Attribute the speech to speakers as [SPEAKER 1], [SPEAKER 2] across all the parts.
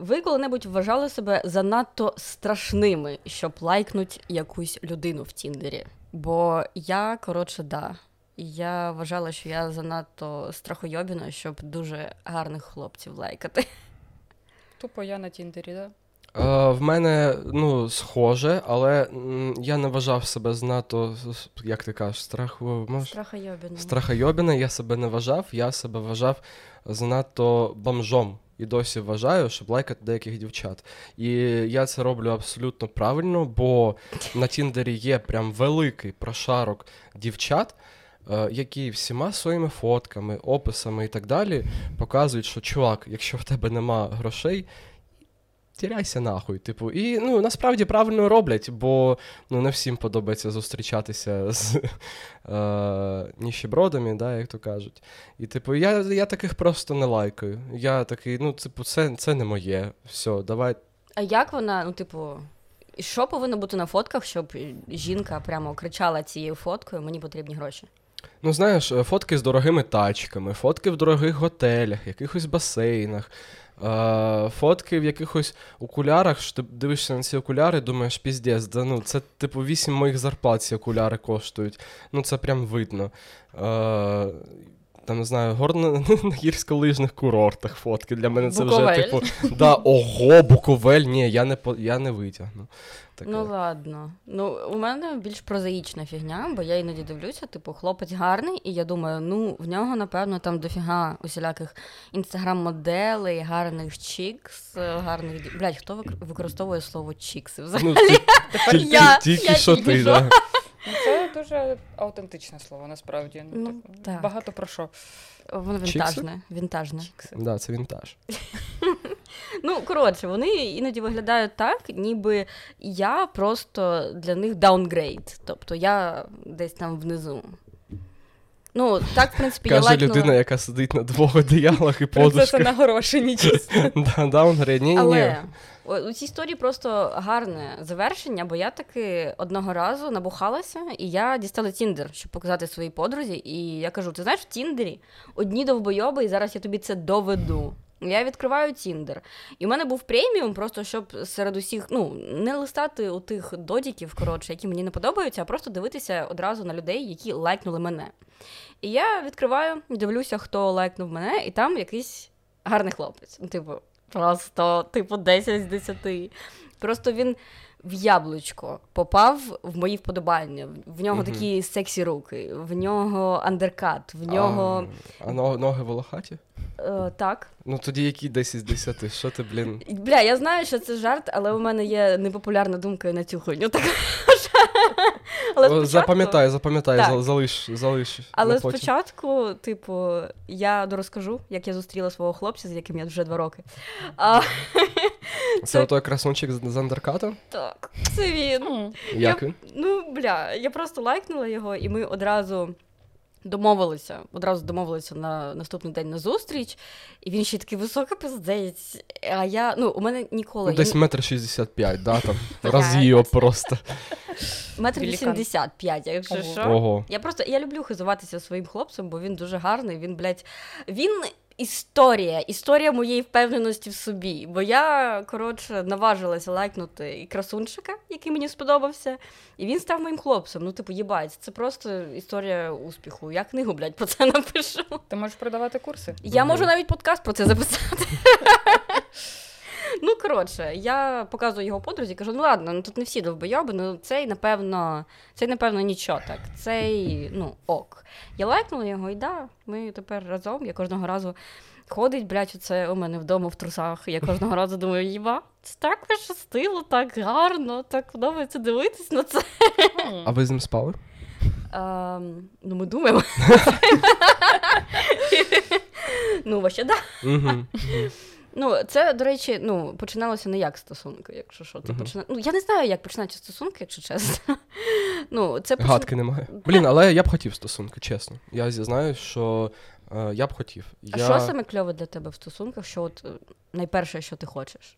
[SPEAKER 1] Ви коли-небудь вважали себе занадто страшними, щоб лайкнуть якусь людину в Тіндері? Бо я, коротше, да. Я вважала, що я занадто страхойобіна, щоб дуже гарних хлопців лайкати.
[SPEAKER 2] Тупо я на Тіндері, да?
[SPEAKER 3] Е, в мене ну, схоже, але м, я не вважав себе знато, як ти кажеш, страху. Може?
[SPEAKER 1] Страхойобіна.
[SPEAKER 3] Страхайобіна я себе не вважав, я себе вважав занадто бомжом. І досі вважаю, щоб лайкати деяких дівчат. І я це роблю абсолютно правильно, бо на Тіндері є прям великий прошарок дівчат, е, які всіма своїми фотками, описами і так далі показують, що чувак, якщо в тебе нема грошей, тіряйся нахуй. Типу, і ну насправді правильно роблять, бо ну не всім подобається зустрічатися з е, ніщебродами, да, як то кажуть. І типу, я, я таких просто не лайкаю. Я такий, ну, типу, це, це не моє. Все, давай.
[SPEAKER 1] А як вона, ну, типу, і що повинно бути на фотках, щоб жінка прямо кричала цією фоткою, мені потрібні гроші?
[SPEAKER 3] Ну, знаєш, е, фотки з дорогими тачками, фотки в дорогих готелях, якихось басейнах, е, фотки в якихось окулярах, що ти дивишся на ці окуляри, думаєш, піздець, да, ну, це типу 8 моїх зарплат ці окуляри коштують. Ну, це прям видно. Е, там не знаю, горно на гірськолижних курортах фотки. Для мене це
[SPEAKER 2] Буковель.
[SPEAKER 3] вже типу. Да, ого, Буковель, ні, я не по- я не витягну. Таке.
[SPEAKER 1] Ну ладно. Ну, у мене більш прозаїчна фігня, бо я іноді дивлюся, типу, хлопець гарний, і я думаю, ну в нього, напевно, там дофіга усіляких інстаграм-моделей, гарних чікс, е, гарних дів- Блядь, хто вик- використовує слово чікси взагалі?
[SPEAKER 3] Ну, ти- ти-
[SPEAKER 1] я-
[SPEAKER 3] ти- тільки
[SPEAKER 1] я
[SPEAKER 3] що
[SPEAKER 1] тільки
[SPEAKER 3] ти,
[SPEAKER 1] що.
[SPEAKER 3] да.
[SPEAKER 2] Ну, Це дуже автентичне слово, насправді.
[SPEAKER 1] Ну,
[SPEAKER 2] типу,
[SPEAKER 1] так.
[SPEAKER 2] Багато про що.
[SPEAKER 1] Воно
[SPEAKER 3] Чікси?
[SPEAKER 1] вінтажне. Вінтажне.
[SPEAKER 3] Да, це вінтаж.
[SPEAKER 1] Ну, коротше, вони іноді виглядають так, ніби я просто для них даунгрейд. Тобто я десь там внизу. Ну, так, в принципі, я
[SPEAKER 3] Каже
[SPEAKER 1] лайкнула.
[SPEAKER 3] людина, яка сидить на двох одіялах і
[SPEAKER 2] Принцеса
[SPEAKER 3] подушках.
[SPEAKER 2] на горошині чисто.
[SPEAKER 3] Да, Даунгрейд, ні, ні.
[SPEAKER 1] Але о- у цій історії просто гарне завершення, бо я таки одного разу набухалася, і я дістала Тіндер, щоб показати своїй подрузі. І я кажу: ти знаєш, в Тіндері одні довбойоби, і зараз я тобі це доведу. Я відкриваю Тіндер. І в мене був преміум, просто щоб серед усіх, ну, не листати у тих додіків, коротше, які мені не подобаються, а просто дивитися одразу на людей, які лайкнули мене. І я відкриваю, дивлюся, хто лайкнув мене, і там якийсь гарний хлопець. Ну, типу, просто, типу, 10 з 10. Просто він в яблучко попав в мої вподобання. В нього
[SPEAKER 3] Мгм.
[SPEAKER 1] такі сексі руки, в нього андеркат, в нього
[SPEAKER 3] А, а но- ноги волохаті?
[SPEAKER 1] е, так.
[SPEAKER 3] Ну тоді які 10 з 10? Що ти, блін?
[SPEAKER 1] Бля, я знаю, що це жарт, але у мене є непопулярна думка на цю хуйню. Так.
[SPEAKER 3] О, Запам'ятай, запам'ятай,
[SPEAKER 1] Так.
[SPEAKER 3] за- залиш, залиш.
[SPEAKER 1] Але
[SPEAKER 3] на потім.
[SPEAKER 1] спочатку, типу, я дорозкажу, як я зустріла свого хлопця, з яким я вже два роки. А,
[SPEAKER 3] Це той красунчик з, з андеркатом?
[SPEAKER 1] так, це він.
[SPEAKER 3] Як він?
[SPEAKER 1] Ну, бля, я просто лайкнула його, і ми одразу домовилися. Одразу домовилися на наступний день на зустріч. І він ще такий висока пиздець. А я, ну, у мене ніколи
[SPEAKER 3] Ну, десь метр 65, да, там.
[SPEAKER 1] Так.
[SPEAKER 3] Роз'їо просто.
[SPEAKER 1] метр
[SPEAKER 2] великан.
[SPEAKER 1] вісімдесят п'ять, якщо
[SPEAKER 2] Ого.
[SPEAKER 1] що.
[SPEAKER 3] Ого.
[SPEAKER 1] Я просто я люблю хизуватися своїм хлопцем, бо він дуже гарний. Він, блядь, він історія, історія моєї впевненості в собі. Бо я, коротше, наважилася лайкнути і красунчика, який мені сподобався, і він став моїм хлопцем. Ну, типу, їбать, це просто історія успіху. Я книгу, блядь, про це напишу.
[SPEAKER 2] Ти можеш продавати курси?
[SPEAKER 1] Я
[SPEAKER 3] Мгм.
[SPEAKER 1] можу навіть подкаст про це записати. Ну, коротше, я показую його подрузі, кажу, ну ладно, ну тут не всі довбойоби, ну цей, напевно, цей, напевно, нічого так. Цей, ну, ок. Я лайкнула його, і да, ми тепер разом, я кожного разу ходить, блядь, оце у мене вдома в трусах. Я кожного разу думаю, їба, це так пощастило, так гарно, так подобається дивитись на це.
[SPEAKER 3] А ви з ним спали?
[SPEAKER 1] Ем, ну, ми думаємо. Ну, ваще, да.
[SPEAKER 3] Угу.
[SPEAKER 1] Ну, це, до речі, ну, починалося не як стосунки, якщо що, це
[SPEAKER 3] Мгм.
[SPEAKER 1] почина... Ну, я не знаю, як починаються стосунки, якщо чесно. Ну, це почин...
[SPEAKER 3] Гадки немає. Блін, але я б хотів стосунки, чесно. Я знаю, що е, я б хотів.
[SPEAKER 1] А
[SPEAKER 3] я...
[SPEAKER 1] що саме кльове для тебе в стосунках? Що от е, найперше, що ти хочеш?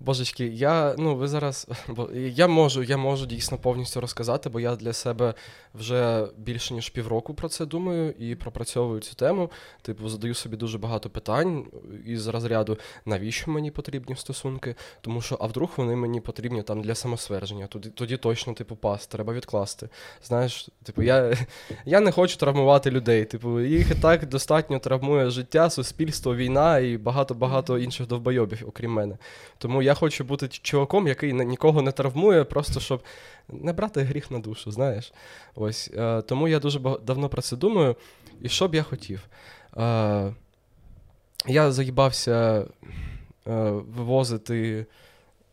[SPEAKER 3] Божечки, я ну ви зараз бо я можу, я можу дійсно повністю розказати, бо я для себе вже більше ніж півроку про це думаю і пропрацьовую цю тему. Типу, задаю собі дуже багато питань із розряду, навіщо мені потрібні стосунки, тому що а вдруг вони мені потрібні там для самосверження. Тоді тоді точно типу пас, треба відкласти. Знаєш, типу, я, я не хочу травмувати людей. Типу, їх і так достатньо травмує життя, суспільство, війна і багато-багато інших довбойобів, окрім мене. Тому я хочу бути ч- чуваком, який ні- нікого не травмує, просто щоб не брати гріх на душу, знаєш. Ось е, тому я дуже бага- давно про це думаю. І що б я хотів? Е, я заїбався е, вивозити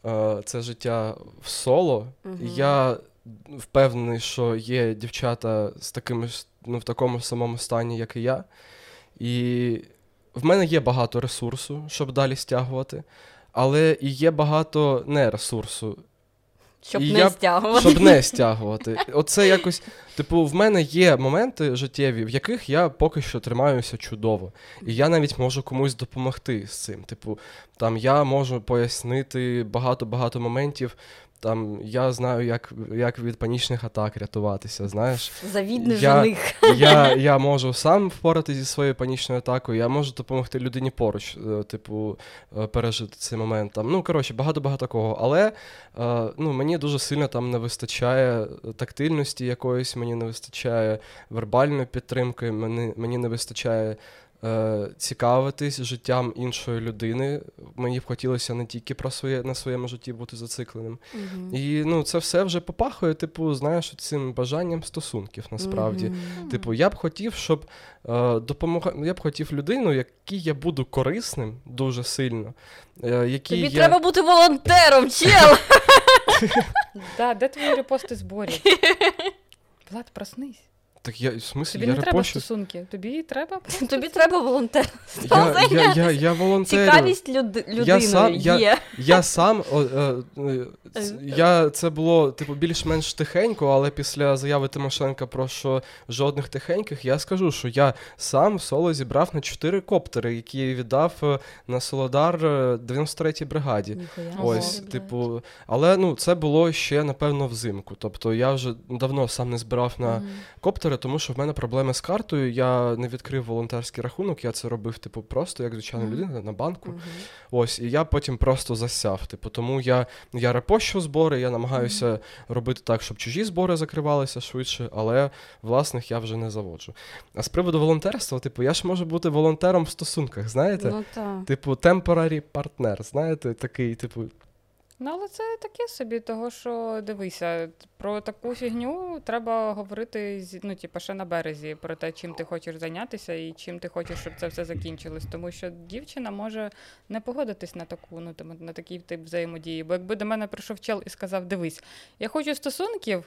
[SPEAKER 3] е, це життя в соло.
[SPEAKER 1] Мгм.
[SPEAKER 3] Я впевнений, що є дівчата з такими ж- ну, в такому ж самому стані, як і я. І в мене є багато ресурсу, щоб далі стягувати, але і є багато не ресурсу,
[SPEAKER 1] Щоб
[SPEAKER 3] І
[SPEAKER 1] не
[SPEAKER 3] я б-
[SPEAKER 1] стягувати.
[SPEAKER 3] щоб не стягувати. Оце якось, типу, в мене є моменти життєві, в яких я поки що тримаюся чудово. І я навіть можу комусь допомогти з цим. Типу, там я можу пояснити багато-багато моментів. Там я знаю, як, як від панічних атак рятуватися, знаєш.
[SPEAKER 1] Завідний
[SPEAKER 3] Я-
[SPEAKER 1] жених.
[SPEAKER 3] Я, я можу сам впоратися зі своєю панічною атакою, я можу допомогти людині поруч, е, типу, е, пережити цей момент. Там. Ну, коротше, багато-багато кого. Але е, ну, мені дуже сильно там не вистачає тактильності якоїсь, мені не вистачає вербальної підтримки, мені, мені не вистачає. е, Цікавитись життям іншої людини. Мені б хотілося не тільки про своє на своєму житті бути зацикленим.
[SPEAKER 1] Мгм.
[SPEAKER 3] І ну, це все вже попахує, типу, знаєш, цим бажанням стосунків насправді.
[SPEAKER 2] Ну.
[SPEAKER 1] Мгм.
[SPEAKER 3] Типу, я б хотів, щоб е, допомога. Я б хотів людину, якій я буду корисним дуже сильно. Е, якій
[SPEAKER 1] Тобі
[SPEAKER 3] я...
[SPEAKER 1] треба бути волонтером, чел!
[SPEAKER 2] Да, де твої репости зборів? Влад, проснись.
[SPEAKER 3] Так я в смислі,
[SPEAKER 2] Тобі
[SPEAKER 3] я
[SPEAKER 2] не треба
[SPEAKER 3] репощу.
[SPEAKER 2] стосунки. Тобі треба.
[SPEAKER 1] Тобі треба волонтер.
[SPEAKER 3] Я, я, я, я волонтерю.
[SPEAKER 1] Цікавість люд... людиною
[SPEAKER 3] сам- я-
[SPEAKER 1] є.
[SPEAKER 3] Я сам о, е, е, ц- я, це було типу більш-менш тихенько, але після заяви Тимошенка про що жодних тихеньких, я скажу, що я сам в соло зібрав на чотири коптери, які я віддав е, на Солодар е, 93-й бригаді.
[SPEAKER 1] Ніхуя.
[SPEAKER 2] Ага.
[SPEAKER 3] Ось,
[SPEAKER 1] Блядь.
[SPEAKER 3] типу, але ну це було ще напевно взимку. Тобто я вже давно сам не збирав на коптери, тому що в мене проблеми з картою. Я не відкрив волонтерський рахунок, я це робив, типу, просто як звичайна
[SPEAKER 1] Мгм.
[SPEAKER 3] людина на банку.
[SPEAKER 1] Мгм.
[SPEAKER 3] Ось, і я потім просто засяв. Типу, тому я, я репощу збори, я намагаюся робити так, щоб чужі збори закривалися швидше, але власних я вже не заводжу. А з приводу волонтерства, типу, я ж можу бути волонтером в стосунках, знаєте?
[SPEAKER 1] Ну так.
[SPEAKER 3] Типу, temporary партнер, знаєте, такий, типу,
[SPEAKER 2] Ну, але це таке собі, того що дивися, про таку фігню треба говорити з- ну, типу, ще на березі про те, чим ти хочеш зайнятися і чим ти хочеш, щоб це все закінчилось. Тому що дівчина може не погодитись на таку, ну там на такий тип взаємодії. Бо якби до мене прийшов чел і сказав: дивись, я хочу стосунків.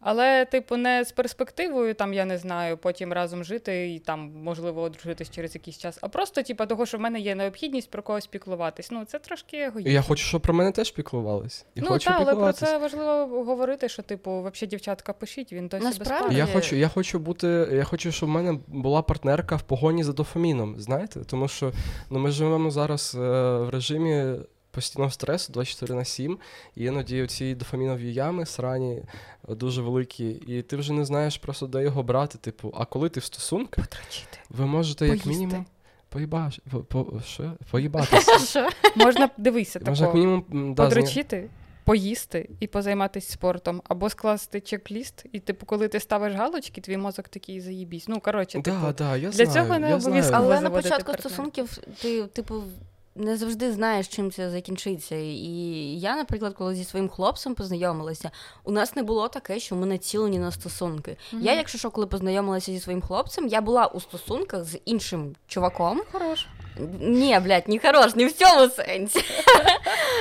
[SPEAKER 2] Але, типу, не з перспективою, там я не знаю, потім разом жити і там можливо одружитись через якийсь час, а просто, типу, того, що в мене є необхідність про когось піклуватись. Ну це трошки
[SPEAKER 3] І
[SPEAKER 2] егоїстично.
[SPEAKER 3] Я хочу, щоб про мене теж піклувались. І
[SPEAKER 2] ну
[SPEAKER 3] хочу
[SPEAKER 2] так, але про
[SPEAKER 3] піклуватись.
[SPEAKER 2] це важливо говорити, що типу, взагалі, дівчатка, пишіть, він досі
[SPEAKER 1] Насправді-
[SPEAKER 2] без
[SPEAKER 3] Я
[SPEAKER 1] Е.
[SPEAKER 3] хочу, я хочу бути. Я хочу, щоб в мене була партнерка в погоні за дофаміном. Знаєте, тому що ну ми живемо зараз е, в режимі постійного стресу 24 на 7, і іноді ці дофамінові ями срані е, дуже великі, і ти вже не знаєш просто де його брати. Типу, а коли ти в стосунках,
[SPEAKER 2] потрачити.
[SPEAKER 3] ви можете
[SPEAKER 2] Поїсти.
[SPEAKER 3] Ну, як мінімум поїбаш, по, по, що? поїбатися.
[SPEAKER 1] Що?
[SPEAKER 2] Можна дивися
[SPEAKER 3] Може, як
[SPEAKER 2] такого.
[SPEAKER 3] мінімум м, да, зна-
[SPEAKER 2] Подрочити, поїсти і позайматися спортом, або скласти чек-ліст, і типу, коли ти ставиш галочки, твій мозок такий заїбісь. Ну коротше, типу,
[SPEAKER 3] Да, да, я
[SPEAKER 2] для
[SPEAKER 3] знаю,
[SPEAKER 2] цього не
[SPEAKER 3] я знаю.
[SPEAKER 2] обов'язково
[SPEAKER 1] Але на
[SPEAKER 2] заводити
[SPEAKER 1] початку
[SPEAKER 2] партнера.
[SPEAKER 1] стосунків ти, типу, не завжди знаєш, чим це закінчиться. І я, наприклад, коли зі своїм хлопцем познайомилася, у нас не було таке, що ми націлені на стосунки.
[SPEAKER 2] Мгм.
[SPEAKER 1] Я, якщо що, коли познайомилася зі своїм хлопцем, я була у стосунках з іншим чуваком.
[SPEAKER 2] хорош.
[SPEAKER 1] Ні, блядь, не хорош, не в цьому сенсі.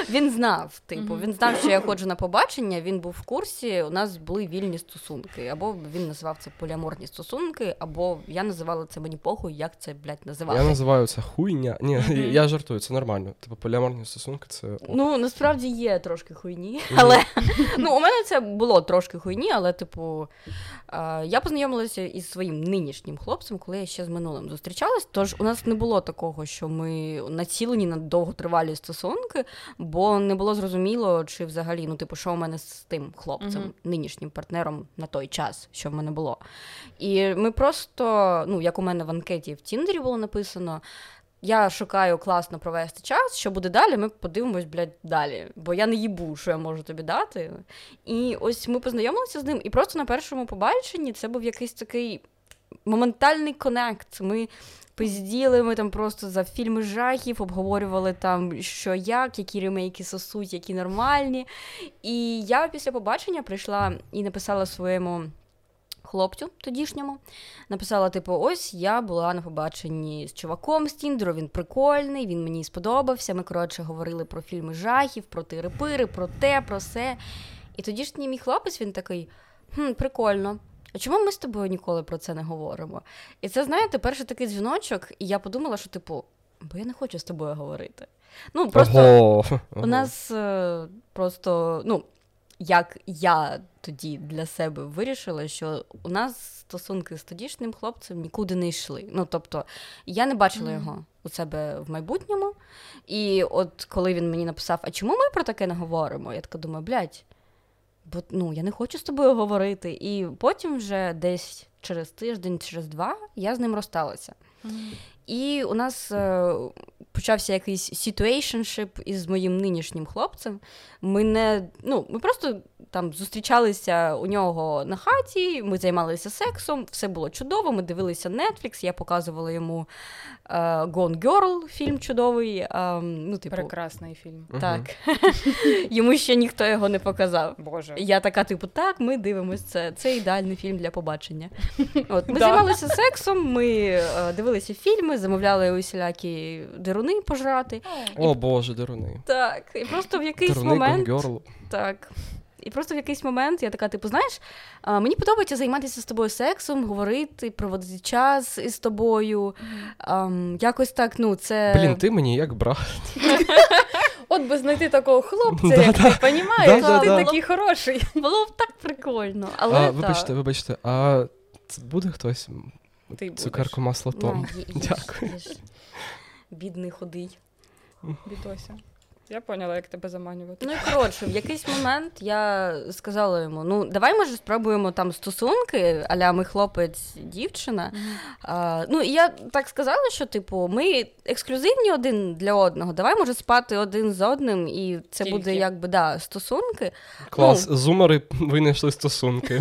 [SPEAKER 1] Він знав, типу,
[SPEAKER 2] Мгм.
[SPEAKER 1] він знав, що я ходжу на побачення, він був в курсі, у нас були вільні стосунки. Або він називав це поліаморні стосунки, або я називала це мені похуй, як це, блядь, називати.
[SPEAKER 3] Я називаю це хуйня. Ні,
[SPEAKER 2] Мгм.
[SPEAKER 3] я жартую, це нормально. Типу поліаморні стосунки це. ок.
[SPEAKER 1] Ну, насправді є трошки хуйні,
[SPEAKER 3] Мгм.
[SPEAKER 1] але ну, у мене це було трошки хуйні, але, типу, е, я познайомилася із своїм нинішнім хлопцем, коли я ще з минулим зустрічалась. Тож у нас не було такого, що ми націлені на довготривалі стосунки, бо не було зрозуміло, чи взагалі, ну, типу, що у мене з тим хлопцем,
[SPEAKER 2] Мгм.
[SPEAKER 1] нинішнім партнером на той час, що в мене було. І ми просто, ну, як у мене в анкеті в Тіндері було написано. Я шукаю класно провести час, що буде далі, ми подивимось, блядь, далі. Бо я не їбу, що я можу тобі дати. І ось ми познайомилися з ним, і просто на першому побаченні це був якийсь такий моментальний конект. Ми пизділи, ми там просто за фільми жахів обговорювали там, що як, які ремейки сосуть, які нормальні. І я після побачення прийшла і написала своєму. Хлопцю тодішньому написала: типу, ось я була на побаченні з чуваком з Тіндеру, він прикольний, він мені сподобався. Ми коротше говорили про фільми жахів, про тири-пири, про те, про се. І тодішній мій хлопець він такий: хм, прикольно. А чому ми з тобою ніколи про це не говоримо? І це, знаєте, перший такий дзвіночок, і я подумала, що, типу, бо я не хочу з тобою говорити. Ну, просто
[SPEAKER 3] Ого.
[SPEAKER 1] у нас е, просто, ну, як я тоді для себе вирішила, що у нас стосунки з тодішнім хлопцем нікуди не йшли. Ну, тобто, я не бачила
[SPEAKER 2] Мгм.
[SPEAKER 1] його у себе в майбутньому. І от коли він мені написав, а чому ми про таке не говоримо? Я така думаю, блядь, бо ну, я не хочу з тобою говорити. І потім вже десь через тиждень, через два я з ним розсталася. І у нас е, почався якийсь situationship із моїм нинішнім хлопцем. Ми не ну, ми просто там зустрічалися у нього на хаті, ми займалися сексом, все було чудово. Ми дивилися Netflix, я показувала йому е, Gone Girl, фільм чудовий. е, ну, типу,
[SPEAKER 2] Прекрасний фільм.
[SPEAKER 3] Мгм.
[SPEAKER 1] так. йому ще ніхто його не показав.
[SPEAKER 2] Боже.
[SPEAKER 1] Я така, типу, так, ми дивимось це. Це ідеальний фільм для побачення. От, ми
[SPEAKER 2] Да.
[SPEAKER 1] займалися сексом, ми е, дивилися фільми, замовляли усілякі деруни пожрати.
[SPEAKER 3] О боже, деруни.
[SPEAKER 1] Так, і просто в якийсь
[SPEAKER 3] Деруни
[SPEAKER 1] момент.
[SPEAKER 3] Гунгерл.
[SPEAKER 1] Так. І просто в якийсь момент я така, типу, знаєш, а, мені подобається займатися з тобою сексом, говорити, проводити час із тобою. Ам, якось так, ну, це.
[SPEAKER 3] Блін, ти мені як брат.
[SPEAKER 2] От би знайти такого хлопця,
[SPEAKER 3] Да,
[SPEAKER 2] як ти понімаєш,
[SPEAKER 3] Да,
[SPEAKER 2] ти
[SPEAKER 1] да, да.
[SPEAKER 2] такий хороший.
[SPEAKER 1] Було б так прикольно. Але
[SPEAKER 3] А,
[SPEAKER 1] так.
[SPEAKER 3] вибачте, вибачте, а це буде хтось
[SPEAKER 2] Ти будеш.
[SPEAKER 3] цукерку масло
[SPEAKER 1] На,
[SPEAKER 3] том.
[SPEAKER 1] Ну, є- їж,
[SPEAKER 3] Дякую.
[SPEAKER 1] їж. Бідний худий.
[SPEAKER 2] Бідося. Я поняла, як тебе заманювати.
[SPEAKER 1] Ну і коротше, в якийсь момент я сказала йому: ну давай може спробуємо там стосунки, аля ми хлопець, дівчина. А, ну і я так сказала, що типу, ми ексклюзивні один для одного. Давай може спати один з одним, і це
[SPEAKER 2] Тільки.
[SPEAKER 1] буде якби да, стосунки.
[SPEAKER 3] Клас, зумери винайшли стосунки.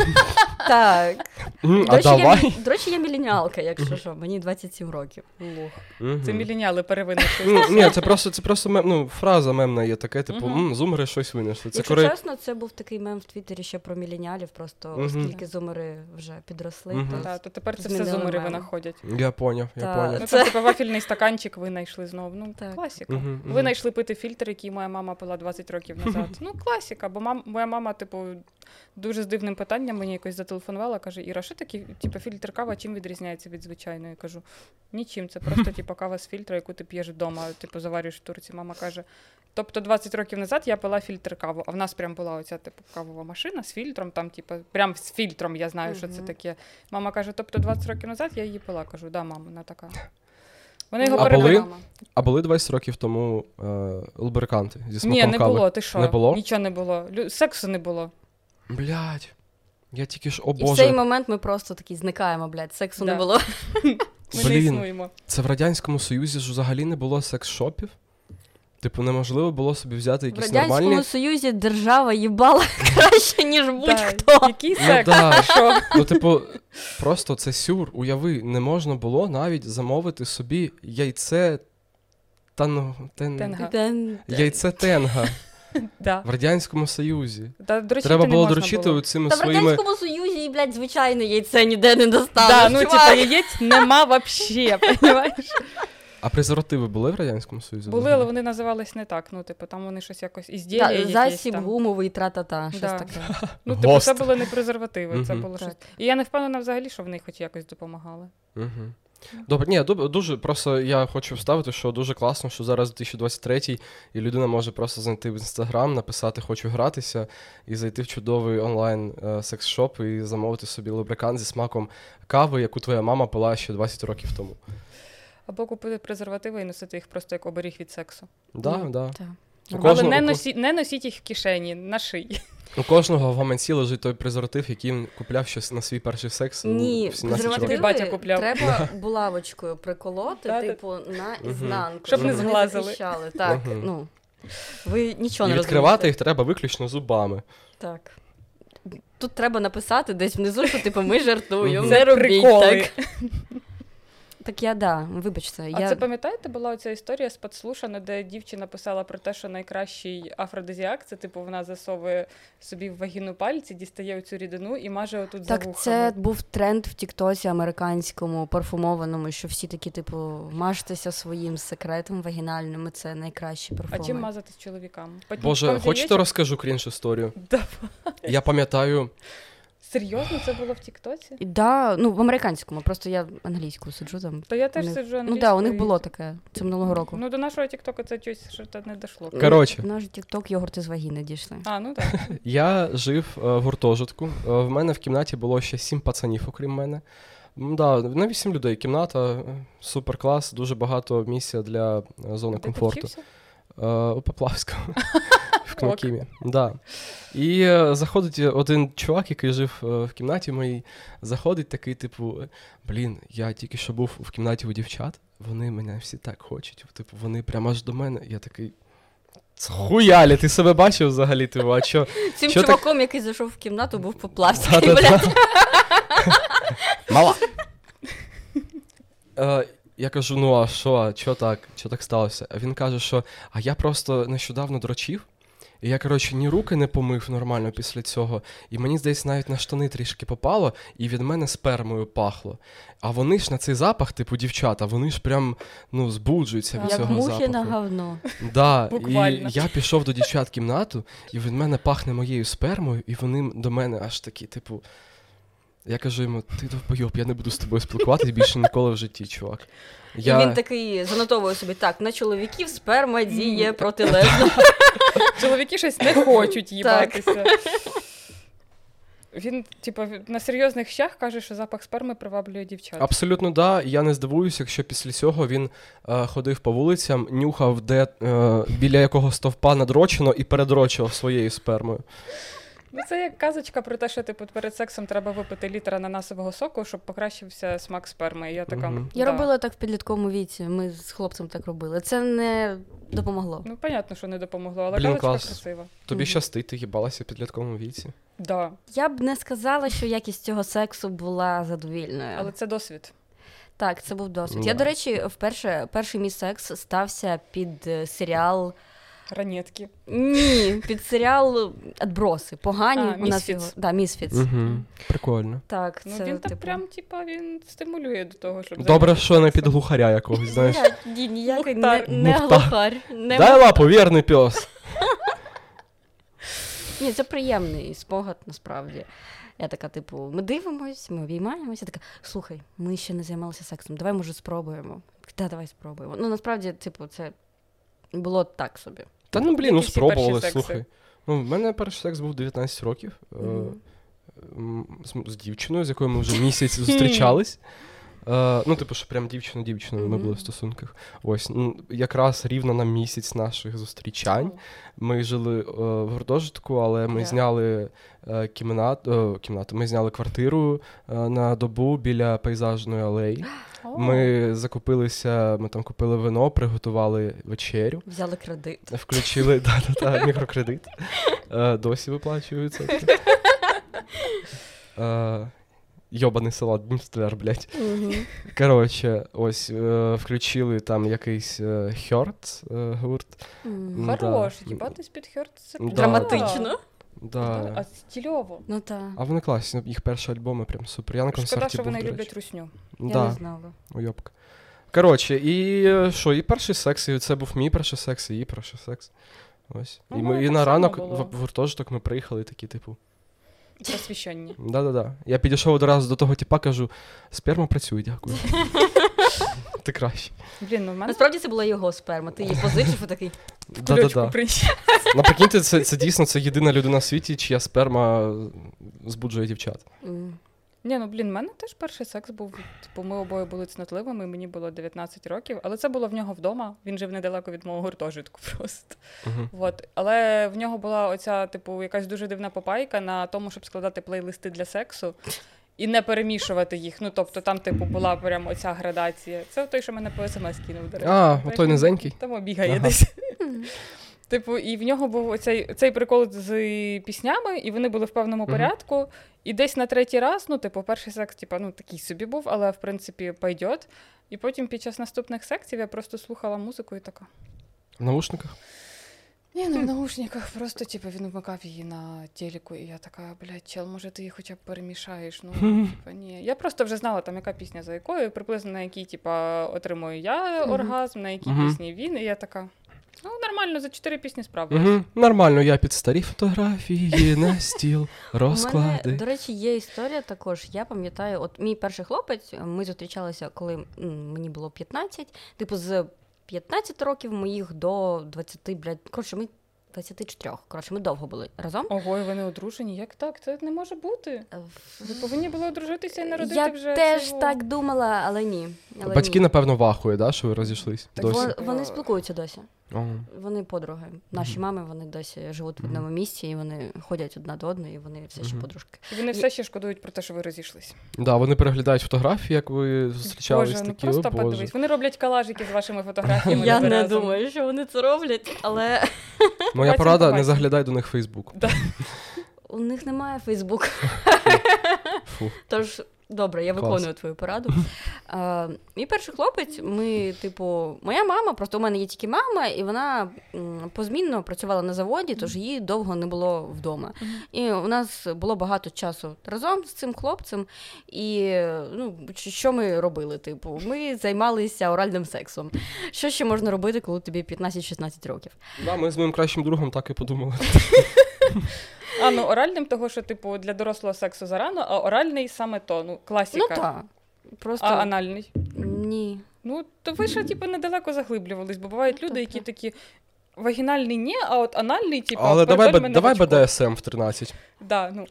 [SPEAKER 1] Так.
[SPEAKER 3] М,
[SPEAKER 1] До
[SPEAKER 3] А
[SPEAKER 1] речі, я
[SPEAKER 3] давай.
[SPEAKER 1] мі- до речі, я мілініалка, якщо що, мені 27 років.
[SPEAKER 2] Лох.
[SPEAKER 3] Мгм.
[SPEAKER 2] Це міліняли перевинувши.
[SPEAKER 3] Ну, Ні, це просто це просто мем, ну, фраза мемна є таке, типу,
[SPEAKER 2] Мгм.
[SPEAKER 3] «М, зумери щось винайшли. Це
[SPEAKER 1] Якщо
[SPEAKER 3] кори...
[SPEAKER 1] чесно, це був такий мем в Твіттері ще про мілініалів, просто
[SPEAKER 3] Мгм.
[SPEAKER 1] оскільки зумери вже підросли.
[SPEAKER 3] Мгм.
[SPEAKER 1] то-
[SPEAKER 2] Та, то тепер це все
[SPEAKER 1] Змінили
[SPEAKER 2] зумери
[SPEAKER 1] мене.
[SPEAKER 2] винаходять.
[SPEAKER 3] Я поняв, я
[SPEAKER 1] Та,
[SPEAKER 3] поняв.
[SPEAKER 2] Ну,
[SPEAKER 1] Це-
[SPEAKER 2] це типу вафельний стаканчик винайшли знову. Ну,
[SPEAKER 1] Так.
[SPEAKER 2] класіка.
[SPEAKER 3] Мгм, мгм.
[SPEAKER 2] Ви знайшли пити фільтр, який моя мама пила 20 років назад. Ну, класіка, бо мам, моя мама, типу, дуже з дивним питанням мені якось зателефонувала, каже: Іра, що таке, типу, фільтр кава чим відрізняється від звичайної? Я кажу, нічим, це просто типу, кава з фільтра, яку ти п'єш вдома, типу, заварюєш в Турції. Мама каже. Тобто 20 років назад я пила фільтр каву, а в нас прям була оця типу кавова машина з фільтром, там, типу, прям з фільтром я знаю, що це
[SPEAKER 1] Мгм.
[SPEAKER 2] таке. Мама каже, тобто 20 років назад я її пила. Кажу, да, мама, вона така. Вона його
[SPEAKER 3] А були?
[SPEAKER 2] перебила.
[SPEAKER 3] А були 20 років тому е, лубриканти зі смаком
[SPEAKER 2] Ні, не
[SPEAKER 3] кави?
[SPEAKER 2] було, ти що?
[SPEAKER 3] Не було?
[SPEAKER 2] Нічого не було. Лю- Сексу не було.
[SPEAKER 3] Блядь, я тільки ж, о
[SPEAKER 1] І в цей
[SPEAKER 3] боже,
[SPEAKER 1] момент ми просто такі зникаємо, блядь, сексу не
[SPEAKER 2] Да.
[SPEAKER 1] було.
[SPEAKER 2] Ми не
[SPEAKER 3] Блін.
[SPEAKER 2] існуємо.
[SPEAKER 3] це в Радянському Союзі ж взагалі не було секс-шопів. Типу, неможливо було собі взяти
[SPEAKER 1] В
[SPEAKER 3] якісь
[SPEAKER 1] Радянському
[SPEAKER 3] нормальні.
[SPEAKER 1] Союзі держава їбала краще, ніж будь-хто.
[SPEAKER 2] Да, Який
[SPEAKER 3] Ну,
[SPEAKER 2] секс?
[SPEAKER 3] да.
[SPEAKER 2] Ти що?
[SPEAKER 3] Ну, типу, просто це сюр, уяви, не можна було навіть замовити собі яйце тан... тен...
[SPEAKER 2] Тенга. Да.
[SPEAKER 1] Тен-
[SPEAKER 3] яйце тенга
[SPEAKER 2] Да.
[SPEAKER 3] в Радянському Союзі.
[SPEAKER 2] Да, доручити
[SPEAKER 3] Треба
[SPEAKER 2] не
[SPEAKER 3] було
[SPEAKER 2] можна
[SPEAKER 3] доручити
[SPEAKER 2] було.
[SPEAKER 3] цими
[SPEAKER 1] Та в
[SPEAKER 3] своїми.
[SPEAKER 1] Радянському Союзі, блядь, звичайно, яйце ніде не достанеш.
[SPEAKER 2] Да, ну,
[SPEAKER 1] чувак.
[SPEAKER 2] типа, яєць нема вообще, понимаєш?
[SPEAKER 3] А презервативи були в Радянському Союзі?
[SPEAKER 2] Були,
[SPEAKER 3] взагалі?
[SPEAKER 2] але вони називались не так. Ну, типу, там вони щось якось
[SPEAKER 1] Та,
[SPEAKER 2] ізділля якісь
[SPEAKER 1] засіб
[SPEAKER 2] там.
[SPEAKER 1] гумовий, тра-та-та, щось
[SPEAKER 2] Да.
[SPEAKER 1] таке.
[SPEAKER 2] Ну, типу, це
[SPEAKER 3] Гост.
[SPEAKER 2] були не презервативи, це
[SPEAKER 3] Мгм.
[SPEAKER 2] було
[SPEAKER 1] Так.
[SPEAKER 2] щось. І я не впевнена взагалі, що вони хоч якось допомагали.
[SPEAKER 3] Угу. Добре, ні, доб- дуже просто я хочу вставити, що дуже класно, що зараз 2023 і людина може просто зайти в інстаграм, написати Хочу гратися і зайти в чудовий онлайн е, секс-шоп і замовити собі лубрикант зі смаком кави, яку твоя мама пила ще 20 років тому.
[SPEAKER 2] Або купити презервативи і носити їх просто як оберіг від сексу.
[SPEAKER 3] Да,
[SPEAKER 1] Ну,
[SPEAKER 3] да.
[SPEAKER 1] так.
[SPEAKER 3] У
[SPEAKER 2] Але
[SPEAKER 3] кожного,
[SPEAKER 2] не,
[SPEAKER 3] у,
[SPEAKER 2] носі, не носіть їх в кишені, на шиї.
[SPEAKER 3] ко- у кожного в гаманці лежить той презерватив, яким купляв щось на свій перший секс. у-
[SPEAKER 1] Ні,
[SPEAKER 3] в 17
[SPEAKER 2] презерватив-
[SPEAKER 1] презервативи
[SPEAKER 3] ну, років.
[SPEAKER 2] Тобі батя купляв.
[SPEAKER 1] треба булавочкою приколоти,
[SPEAKER 2] Да, да.
[SPEAKER 1] типу, на ізнанку.
[SPEAKER 2] Щоб не
[SPEAKER 1] вони
[SPEAKER 2] зглазили.
[SPEAKER 1] захищали. Так,
[SPEAKER 3] Мгм.
[SPEAKER 1] ну. Ви нічого
[SPEAKER 3] І
[SPEAKER 1] не
[SPEAKER 3] відкривати
[SPEAKER 1] розумієте.
[SPEAKER 3] їх треба виключно зубами.
[SPEAKER 1] Так. Тут треба написати десь внизу, що типу ми жартуємо.
[SPEAKER 3] Мгм.
[SPEAKER 1] Не
[SPEAKER 2] Це
[SPEAKER 1] робіть
[SPEAKER 2] приколи.
[SPEAKER 1] так. Так я да, вибачте,
[SPEAKER 2] А
[SPEAKER 1] я
[SPEAKER 2] це пам'ятаєте, була оця історія з подслушано, де дівчина писала про те, що найкращий афродизіак це типу вона засовує собі в вагіну пальці, дістає оцю рідину і маже отут за
[SPEAKER 1] так це
[SPEAKER 2] вухами.
[SPEAKER 1] був тренд в Тіктосі американському парфумованому, що всі такі, типу, мажтеся своїм секретом вагінальним, і це найкращі
[SPEAKER 2] А
[SPEAKER 1] парфуми.
[SPEAKER 2] чим мазати з чоловікам? Потім
[SPEAKER 3] Боже,
[SPEAKER 2] пам'ятаєш?
[SPEAKER 3] хочете розкажу крінж історію?
[SPEAKER 2] Да.
[SPEAKER 3] Я пам'ятаю,
[SPEAKER 2] Серйозно, це було в Тіктоці?
[SPEAKER 1] І Да, ну в американському, просто я англійську сиджу там.
[SPEAKER 2] То я теж
[SPEAKER 1] Вони-
[SPEAKER 2] сиджу
[SPEAKER 1] Ну
[SPEAKER 2] англійською.
[SPEAKER 1] да, у них
[SPEAKER 2] і-
[SPEAKER 1] було таке це минулого року.
[SPEAKER 2] Ну до нашого Тіктоку це щось що то не дійшло.
[SPEAKER 1] Ну,
[SPEAKER 3] коротше.
[SPEAKER 1] Наш тікток йогурти з вагіни дійшли.
[SPEAKER 2] А, ну так.
[SPEAKER 3] Я жив е, в гуртожитку. Е, В мене в кімнаті було ще сім пацанів, окрім мене. М, Да, на вісім людей кімната, е, суперклас, дуже багато місця для е, зони
[SPEAKER 2] Ти
[SPEAKER 3] комфорту.
[SPEAKER 2] повчився?
[SPEAKER 3] Е, У Поплавському. В Кнокімі. Да. І е, заходить один чувак, який жив е, в кімнаті моїй, заходить такий, типу, блін, я тільки що був в кімнаті у дівчат, вони мене всі так хочуть. Типу, вони прямо аж до мене. Я такий. Хуялі, ти себе бачив взагалі, типу, а що?
[SPEAKER 1] Цим
[SPEAKER 3] Що
[SPEAKER 1] чуваком, який зайшов в кімнату, був поплавський,
[SPEAKER 3] Да-да-да.
[SPEAKER 1] блядь.
[SPEAKER 3] Мала. Е, я кажу: ну а що, а чо так? Чо так сталося? А він каже, що а я просто нещодавно дрочив. І я, коротше, ні руки не помив нормально після цього. І мені здається, навіть на штани трішки попало, і від мене спермою пахло. А вони ж на цей запах, типу дівчата, вони ж прям ну, збуджуються від
[SPEAKER 2] Так.
[SPEAKER 1] Як
[SPEAKER 3] цього
[SPEAKER 1] мухи
[SPEAKER 3] запаху.
[SPEAKER 1] на говно.
[SPEAKER 3] Да,
[SPEAKER 2] Буквально.
[SPEAKER 3] і я пішов до дівчат в кімнату, і від мене пахне моєю спермою, і вони до мене аж такі, типу. Я кажу йому, ти довбойоб, я не буду з тобою спілкуватись більше ніколи в житті, чувак. Я...
[SPEAKER 1] І він такий занотовує собі так, на чоловіків сперма діє протилежно.
[SPEAKER 2] Чоловіки щось не хочуть їбатися. Він, типу, на серйозних щах каже, що запах сперми приваблює дівчат.
[SPEAKER 3] Абсолютно да. І Я не здивуюся, якщо після цього він е, ходив по вулицям, нюхав, де е, біля якого стовпа надрочено і передрочував своєю спермою.
[SPEAKER 2] Ну, це як казочка про те, що типу перед сексом треба випити літр ананасового соку, щоб покращився смак сперми. І Я така.
[SPEAKER 3] Мгм.
[SPEAKER 1] Я
[SPEAKER 2] да.
[SPEAKER 1] робила так в підлітковому віці. Ми з хлопцем так робили. Це не допомогло.
[SPEAKER 2] Ну, понятно, що не допомогло, але
[SPEAKER 3] Блін,
[SPEAKER 2] казочка
[SPEAKER 3] клас.
[SPEAKER 2] красива.
[SPEAKER 3] Тобі
[SPEAKER 1] Мгм.
[SPEAKER 3] щастить, ти їбалася в підлітковому віці.
[SPEAKER 2] Да.
[SPEAKER 1] Я б не сказала, що якість цього сексу була задовільною.
[SPEAKER 2] Але це досвід.
[SPEAKER 1] Так, це був досвід.
[SPEAKER 3] Ну
[SPEAKER 1] Я,
[SPEAKER 3] да.
[SPEAKER 1] до речі, вперше перший мій секс стався під е, серіал.
[SPEAKER 2] Ранетки.
[SPEAKER 1] Ні, під серіал Адброси. Погані
[SPEAKER 2] А,
[SPEAKER 1] у нас
[SPEAKER 2] «Місфітс».
[SPEAKER 1] його. Да, Місфіц.
[SPEAKER 3] Угу. Прикольно.
[SPEAKER 1] Так,
[SPEAKER 2] Ну
[SPEAKER 1] це
[SPEAKER 2] він так
[SPEAKER 1] типу...
[SPEAKER 2] прям, типа, він стимулює до того, щоб
[SPEAKER 3] Добре,
[SPEAKER 2] займатися
[SPEAKER 3] що не
[SPEAKER 2] сексом.
[SPEAKER 3] під глухаря якогось, знаєш.
[SPEAKER 1] Блядь, Ні, ніякий не,
[SPEAKER 2] Мухтар.
[SPEAKER 1] не
[SPEAKER 3] Мухтар.
[SPEAKER 1] глухарь. Не...
[SPEAKER 3] Дай лапу, вірний пес.
[SPEAKER 1] Ні, це приємний спогад, насправді. Я така, типу, ми дивимось, ми обіймаємося. Така, слухай, ми ще не займалися сексом, давай, може, спробуємо. Та, давай спробуємо. Ну, насправді, типу, це було так собі.
[SPEAKER 3] Та ну блін, ну
[SPEAKER 2] Які всі перші
[SPEAKER 3] спробували,
[SPEAKER 2] секси?
[SPEAKER 3] слухай. Ну, в мене перший секс був 19 років е,
[SPEAKER 1] Мгм.
[SPEAKER 3] м, з, з дівчиною, з якою ми вже місяць зустрічались. Е, ну, типу, що прям дівчина дівчиною ми
[SPEAKER 1] Мгм.
[SPEAKER 3] були в стосунках. Ось ну, якраз рівно на місяць наших зустрічань. Ми жили е, в гуртожитку, але ми
[SPEAKER 2] Ага.
[SPEAKER 3] зняли е, кімнат, е, кімнату. Ми зняли квартиру е, на добу біля пейзажної алеї.
[SPEAKER 2] О,
[SPEAKER 3] Ми закупилися, ми там купили вино, приготували вечерю.
[SPEAKER 1] Взяли кредит.
[SPEAKER 3] Включили да, да, да, мікрокредит. Е, Досі виплачуються. Е, Йобаний села Дністер, блядь.
[SPEAKER 1] Мгм.
[SPEAKER 3] Коротше, ось е, включили там якийсь е, Хьорт е, гурт.
[SPEAKER 1] Мгм.
[SPEAKER 3] м, да.
[SPEAKER 2] Хорош, їбатись під хьорт це
[SPEAKER 3] Да.
[SPEAKER 1] Драматично.
[SPEAKER 2] Да. А
[SPEAKER 3] Да.
[SPEAKER 2] стільово.
[SPEAKER 1] Ну так.
[SPEAKER 3] А вони класні, ну, їх перші альбоми прям супер. Я на
[SPEAKER 2] Шкода,
[SPEAKER 3] концерті
[SPEAKER 2] що
[SPEAKER 3] був,
[SPEAKER 2] вони
[SPEAKER 3] до
[SPEAKER 2] люблять
[SPEAKER 3] речі.
[SPEAKER 2] русню.
[SPEAKER 1] Ну, Я не
[SPEAKER 3] Да,
[SPEAKER 1] знала.
[SPEAKER 3] уйобка. Коротше, і е, що, і перший секс, і це був мій перший секс, і її перший секс. Ось.
[SPEAKER 2] Ну,
[SPEAKER 3] і
[SPEAKER 2] в мене
[SPEAKER 3] ми, і
[SPEAKER 2] так
[SPEAKER 3] на
[SPEAKER 2] само
[SPEAKER 3] ранок
[SPEAKER 2] було.
[SPEAKER 3] в, в гуртожиток ми приїхали такі, типу,
[SPEAKER 2] Просвіщення.
[SPEAKER 3] Да-да-да. Я підійшов одразу до того типа, кажу: сперма працює, дякую. Ти краще.
[SPEAKER 2] Блін, ну в мене
[SPEAKER 1] Насправді це була його сперма. Ти її позичив і такий.
[SPEAKER 3] Да-да-да. Ну,
[SPEAKER 2] приніс.
[SPEAKER 3] Наприкінці, це, це дійсно це єдина людина в світі, чия сперма збуджує дівчат.
[SPEAKER 1] «М,
[SPEAKER 2] Ні, ну блін, в мене теж перший секс був. Типу, ми обоє були цнотливими, мені було 19 років, але це було в нього вдома. Він жив недалеко від мого гуртожитку просто.
[SPEAKER 3] Мгм.
[SPEAKER 2] От. Але в нього була оця, типу, якась дуже дивна попайка на тому, щоб складати плейлисти для сексу і не перемішувати їх. Ну, тобто там, типу, була прям оця градація. Це той, що мене по смс кинув, до речі.
[SPEAKER 3] А, отой низенький.
[SPEAKER 2] Тому бігає
[SPEAKER 3] Ага.
[SPEAKER 2] десь. Типу, і в нього був оцей, цей прикол з піснями, і вони були в певному
[SPEAKER 3] Мгм.
[SPEAKER 2] порядку. І десь на третій раз, ну, типу, перший секс, типу, ну, такий собі був, але в принципі пойдет. І потім під час наступних сексів я просто слухала музику і така.
[SPEAKER 3] В наушниках?
[SPEAKER 2] Ні, ну в наушниках просто типу, він вмикав її на телеку, і я така, блядь, чел, може ти її хоча б перемішаєш. Ну, типу, ні. Я просто вже знала, там яка пісня за якою, приблизно на якій, типу, отримую я
[SPEAKER 1] Мгм.
[SPEAKER 2] оргазм, на якій
[SPEAKER 3] Мгм.
[SPEAKER 2] пісні він, і я така. Ну, нормально, за чотири пісні справилась.
[SPEAKER 3] Угу. Нормально, я під старі фотографії на стіл
[SPEAKER 1] У мене,
[SPEAKER 3] розклади.
[SPEAKER 1] до речі, є історія також. Я пам'ятаю, от мій перший хлопець, ми зустрічалися, коли м, мені було 15, типу з 15 років моїх до 20, блядь, коротше, ми 24, коротше, ми довго були разом.
[SPEAKER 2] Ого, і вони одружені. Як так? Це не може бути.
[SPEAKER 1] Е,
[SPEAKER 2] Ви повинні були одружитися і народити
[SPEAKER 1] Я
[SPEAKER 2] вже.
[SPEAKER 1] теж
[SPEAKER 2] цього.
[SPEAKER 1] так думала, але ні. Але
[SPEAKER 3] Батьки,
[SPEAKER 1] ні.
[SPEAKER 3] напевно, вахує, да, що ви розійшлись
[SPEAKER 2] Так
[SPEAKER 3] досі.
[SPEAKER 1] Вон- Вони спілкуються досі.
[SPEAKER 3] О.
[SPEAKER 1] Вони подруги. Наші мами вони досі живуть в одному місці, і вони ходять одна до одної, і вони все ще
[SPEAKER 3] Мгм.
[SPEAKER 1] подружки.
[SPEAKER 2] І вони все ще шкодують про те, що ви розійшлись.
[SPEAKER 3] Да, вони переглядають фотографії, як ви зустрічались
[SPEAKER 2] Боже, ну
[SPEAKER 3] такі.
[SPEAKER 2] просто
[SPEAKER 3] о, Боже.
[SPEAKER 2] подивись. Вони роблять калажики з вашими фотографіями.
[SPEAKER 1] Я
[SPEAKER 2] ніби
[SPEAKER 1] не
[SPEAKER 2] разом.
[SPEAKER 1] думаю, що вони це роблять, але
[SPEAKER 3] Моя
[SPEAKER 2] Потім
[SPEAKER 3] порада Ну, не
[SPEAKER 2] побачимо.
[SPEAKER 3] заглядай до них в Фейсбук.
[SPEAKER 1] У них немає Фейсбук,
[SPEAKER 3] Фу.
[SPEAKER 1] тож добре, я
[SPEAKER 3] Клас.
[SPEAKER 1] виконую твою пораду. Е, мій перший хлопець, ми, типу, моя мама, просто у мене є тільки мама, і вона м, позмінно працювала на заводі, тож її довго не було вдома.
[SPEAKER 2] Мгм.
[SPEAKER 1] І у нас було багато часу разом з цим хлопцем. І е, ну, ч- що ми робили? Типу, ми займалися оральним сексом. Що ще можна робити, коли тобі 15-16 років?
[SPEAKER 3] Да, ми з моїм кращим другом так і подумали.
[SPEAKER 2] А, ну оральним того, що типу для дорослого сексу зарано, а оральний саме то. Ну, класіка.
[SPEAKER 1] Ну так. Просто
[SPEAKER 2] А анальний.
[SPEAKER 1] ні.
[SPEAKER 2] Ну, то ви ще типу недалеко заглиблювались, бо бувають
[SPEAKER 1] Ну,
[SPEAKER 2] люди,
[SPEAKER 1] так,
[SPEAKER 2] які такі. Вагінальний ні, а от анальний, типу,
[SPEAKER 3] Але давай,
[SPEAKER 2] «Пардон,
[SPEAKER 3] бе-
[SPEAKER 2] мене
[SPEAKER 3] давай
[SPEAKER 2] в очко».
[SPEAKER 3] БДСМ в 13.
[SPEAKER 2] Да, ну.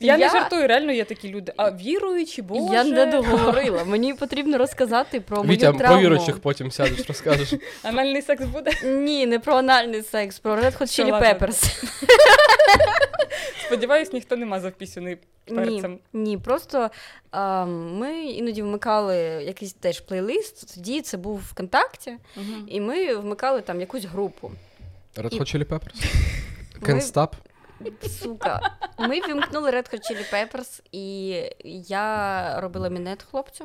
[SPEAKER 2] Я,
[SPEAKER 1] Я-
[SPEAKER 2] не жартую, реально є такі люди. А віруючі, боже.
[SPEAKER 1] Я не договорила. Мені потрібно розказати про мою
[SPEAKER 3] Вітя, про
[SPEAKER 1] травму.
[SPEAKER 3] віруючих потім сядеш, розкажеш.
[SPEAKER 2] Анальний секс буде.
[SPEAKER 1] Ні, не про анальний секс, про Red Hot
[SPEAKER 2] Все,
[SPEAKER 1] Chili
[SPEAKER 2] ладно.
[SPEAKER 1] Peppers.
[SPEAKER 2] Сподіваюсь, ніхто не мазав пісюни
[SPEAKER 1] Ні,
[SPEAKER 2] перцем.
[SPEAKER 1] ні, просто а, ми іноді вмикали якийсь теж плейлист. Тоді це був ВКонтакті, і ми вмикали там якусь групу.
[SPEAKER 3] Red
[SPEAKER 1] І-
[SPEAKER 3] Hot Chili Peppers? Can't
[SPEAKER 1] Ми-
[SPEAKER 3] Stop?
[SPEAKER 1] Сука. Ми вімкнули Red Hot Chili Peppers, і я робила мінет хлопцю.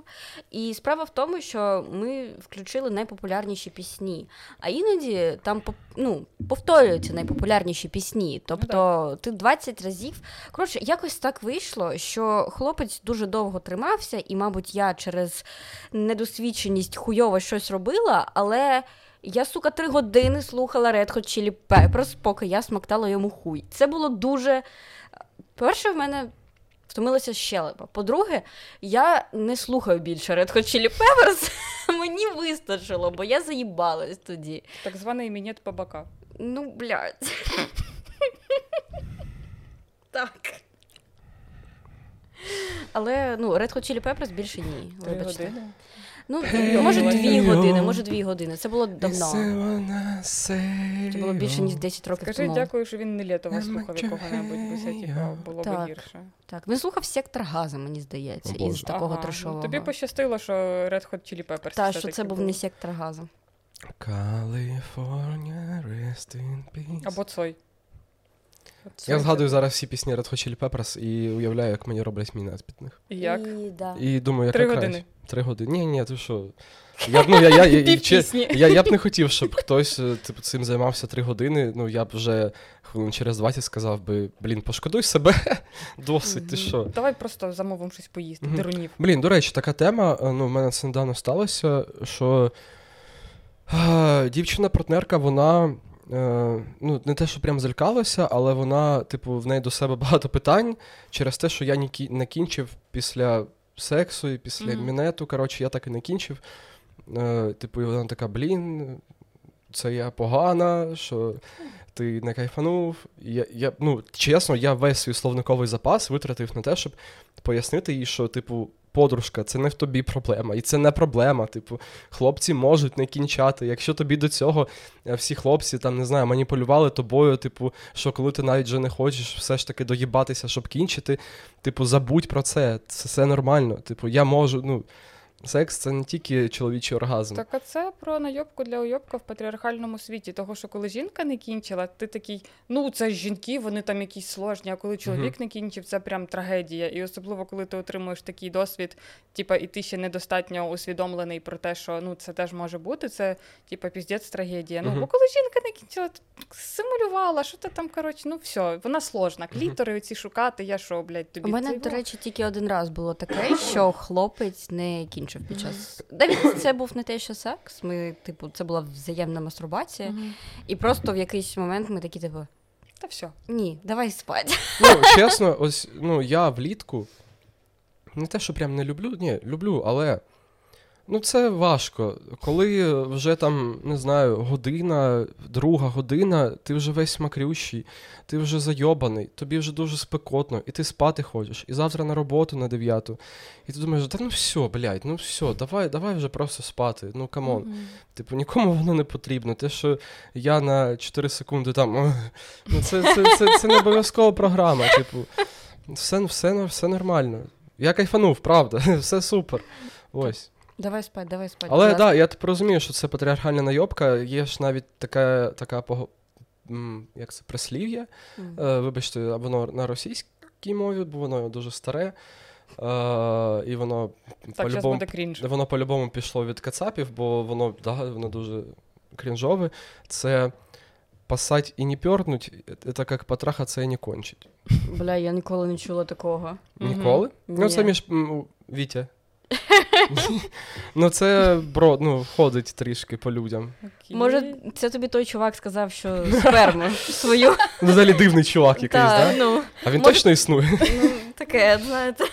[SPEAKER 1] І справа в тому, що ми включили найпопулярніші пісні. А іноді там по- ну, повторюються найпопулярніші пісні. Тобто ти 20 разів. Коротше, якось так вийшло, що хлопець дуже довго тримався, і, мабуть, я через недосвідченість хуйово щось робила, але. Я, сука, три години слухала Red Hot Chili Peppers, поки я смоктала йому хуй. Це було дуже. По-перше, в мене втомилася щелепа. По-друге, я не слухаю більше Red Hot Chili Peppers. Мені вистачило, бо я заїбалась тоді.
[SPEAKER 2] Так званий мінет по бока.
[SPEAKER 1] Ну, блядь. так. Але ну, Red Hot Chili Peppers більше ні.
[SPEAKER 2] Три
[SPEAKER 1] Вибачте.
[SPEAKER 2] години.
[SPEAKER 1] Ну,
[SPEAKER 3] Hey,
[SPEAKER 1] може, дві
[SPEAKER 3] yo.
[SPEAKER 1] години, може, дві години. Це було давно. Це
[SPEAKER 3] Це
[SPEAKER 1] було більше ніж 10 років
[SPEAKER 2] Скажи,
[SPEAKER 1] тому.
[SPEAKER 2] дякую, що він не літова слухав якого-небудь, бо це типу, було б
[SPEAKER 1] Так.
[SPEAKER 2] гірше.
[SPEAKER 1] Так, він слухав сектор газа, мені здається,
[SPEAKER 3] О,
[SPEAKER 1] із
[SPEAKER 3] Боже.
[SPEAKER 1] такого
[SPEAKER 2] ну,
[SPEAKER 1] трешового.
[SPEAKER 2] Тобі пощастило, що Red Hot Chili Peppers.
[SPEAKER 1] Та, що
[SPEAKER 2] все-таки
[SPEAKER 1] це був
[SPEAKER 2] були.
[SPEAKER 1] не сектор газу.
[SPEAKER 3] California, rest in peace.
[SPEAKER 2] Або Цой. От Цой
[SPEAKER 3] Я
[SPEAKER 2] це-
[SPEAKER 3] згадую зараз всі пісні Red Hot Chili Peppers і уявляю, як мені роблять мінет під них.
[SPEAKER 2] І Як?
[SPEAKER 1] І, да.
[SPEAKER 3] І думаю, яка
[SPEAKER 2] Три
[SPEAKER 3] краще.
[SPEAKER 2] години.
[SPEAKER 3] Три години. Ні, ні, ти що? Я, б- ну, я, я, я,
[SPEAKER 2] Пів
[SPEAKER 3] чи-
[SPEAKER 2] пісні.
[SPEAKER 3] я, я б не хотів, щоб хтось е, типу, цим займався три години. Ну, я б вже хвилин через 20 сказав би, блін, пошкодуй себе. Досить, ти
[SPEAKER 1] Мгм.
[SPEAKER 3] що?
[SPEAKER 2] Давай просто замовимо щось поїсти.
[SPEAKER 3] Мгм.
[SPEAKER 2] Дерунів.
[SPEAKER 3] Блін, до речі, така тема. е, Ну, в мене це недавно сталося, що е, дівчина-партнерка, вона. е, Ну, не те, що прям залякалася, але вона, типу, в неї до себе багато питань через те, що я не кі- не кінчив після сексу і після
[SPEAKER 2] Мгм.
[SPEAKER 3] мінету. Коротше, я так і не кінчив. Е, Типу, і вона така, блін, це я погана, що ти не кайфанув. Я, я, ну, чесно, я весь свій словниковий запас витратив на те, щоб пояснити їй, що, типу, подружка, це не в тобі проблема, і це не проблема. Типу, хлопці можуть не кінчати. Якщо тобі до цього е, всі хлопці там не знаю, маніпулювали тобою, типу, що коли ти навіть вже не хочеш все ж таки доїбатися, щоб кінчити, типу, забудь про це, це все нормально. Типу, я можу, ну. Секс це не тільки чоловічий оргазм.
[SPEAKER 2] Так, а це про найобку для уйобка в патріархальному світі. Того, що коли жінка не кінчила, ти такий, ну це ж жінки, вони там якісь сложні. А коли чоловік
[SPEAKER 3] Мгм.
[SPEAKER 2] не кінчив, це прям трагедія. І особливо, коли ти отримуєш такий досвід, типа, і ти ще недостатньо усвідомлений про те, що ну це теж може бути. Це типа піздець трагедія. Ну
[SPEAKER 3] Мгм.
[SPEAKER 2] бо коли жінка не кінчила, то симулювала, що ти там коротше, ну все, вона сложна. Клітори оці шукати, я що, блядь,
[SPEAKER 1] У
[SPEAKER 2] тобі
[SPEAKER 1] мене,
[SPEAKER 2] це-
[SPEAKER 1] до речі, тільки один раз було таке, що хлопець не кінчив під час. Навіть це був не те, що секс. Ми, типу, це була взаємна мастурбація.
[SPEAKER 2] Мгм.
[SPEAKER 1] І просто в якийсь момент ми такі, типу,
[SPEAKER 2] та все.
[SPEAKER 1] ні, давай спати.
[SPEAKER 3] Ну, чесно, ось ну я влітку. Не те, що прям не люблю, ні, люблю, але. Ну, це важко. Коли вже там, не знаю, година, друга година, ти вже весь макрющий, ти вже зайобаний, тобі вже дуже спекотно, і ти спати хочеш, і завтра на роботу на дев'яту. І ти думаєш, да ну все, блядь, ну все, давай, давай вже просто спати. Ну камон. Типу, нікому воно не потрібно. Те, що я на 4 секунди там. «Ах», Ну, це, це, це, це не обов'язкова програма. Типу, все, все, все нормально. Я кайфанув, правда, все супер. Ось.
[SPEAKER 1] Давай спати, давай спати.
[SPEAKER 3] Але
[SPEAKER 1] будь
[SPEAKER 3] так,
[SPEAKER 1] ласка.
[SPEAKER 3] да, я тепер розумію, що це патріархальна найобка. Є ж навіть така, така пого... м, як це, прислів'я.
[SPEAKER 1] Мгм.
[SPEAKER 3] Е, вибачте, воно на російській мові, бо воно дуже старе. Е, і воно
[SPEAKER 2] Так, зараз
[SPEAKER 3] по-любому
[SPEAKER 2] буде крінж.
[SPEAKER 3] Воно по-любому пішло від кацапів, бо воно, да, воно дуже крінжове. Це пасать і не пёрнуть, це як потрахаться і не кончить.
[SPEAKER 1] Бля, я ніколи не чула такого.
[SPEAKER 2] Мгм.
[SPEAKER 3] Ніколи? Ну, це
[SPEAKER 1] Ні.
[SPEAKER 3] між м, Вітя. ну, це бро, ну, ходить трішки по людям.
[SPEAKER 2] Окей.
[SPEAKER 1] Може, це тобі той чувак сказав, що сперму свою.
[SPEAKER 3] Ну, взагалі дивний чувак якийсь,
[SPEAKER 1] Та,
[SPEAKER 3] да?
[SPEAKER 1] ну,
[SPEAKER 3] А він
[SPEAKER 1] Може-
[SPEAKER 3] точно існує.
[SPEAKER 1] ну, таке, знаєте.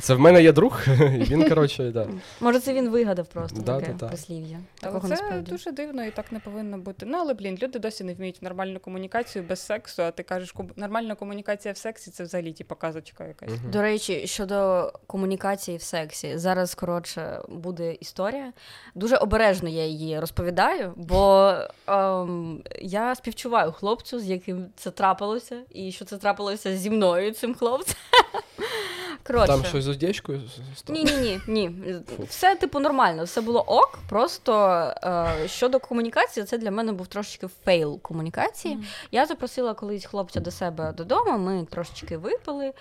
[SPEAKER 3] Це в мене є друг, і він, коротше, да.
[SPEAKER 1] Може, це він вигадав просто
[SPEAKER 3] Да,
[SPEAKER 1] таке
[SPEAKER 3] да, да.
[SPEAKER 1] прислів'я.
[SPEAKER 2] Але
[SPEAKER 1] Такого
[SPEAKER 2] це
[SPEAKER 1] насправді.
[SPEAKER 2] дуже дивно і так не повинно бути. Ну але блін, люди досі не вміють нормальну комунікацію без сексу. А ти кажеш, ком- нормальна комунікація в сексі це взагалі типу, казочка якась.
[SPEAKER 3] Мгм.
[SPEAKER 1] До речі, щодо комунікації в сексі, зараз коротше буде історія. Дуже обережно я її розповідаю, бо ем, я співчуваю хлопцю, з яким це трапилося, і що це трапилося зі мною, цим хлопцем. Коротше,
[SPEAKER 3] Там щось з одячкою?
[SPEAKER 1] ні, ні, ні, ні.
[SPEAKER 3] Фу.
[SPEAKER 1] Все типу нормально, все було ок. Просто е, щодо комунікації, це для мене був трошечки фейл комунікації. Я запросила колись хлопця до себе додому. Ми трошечки випили,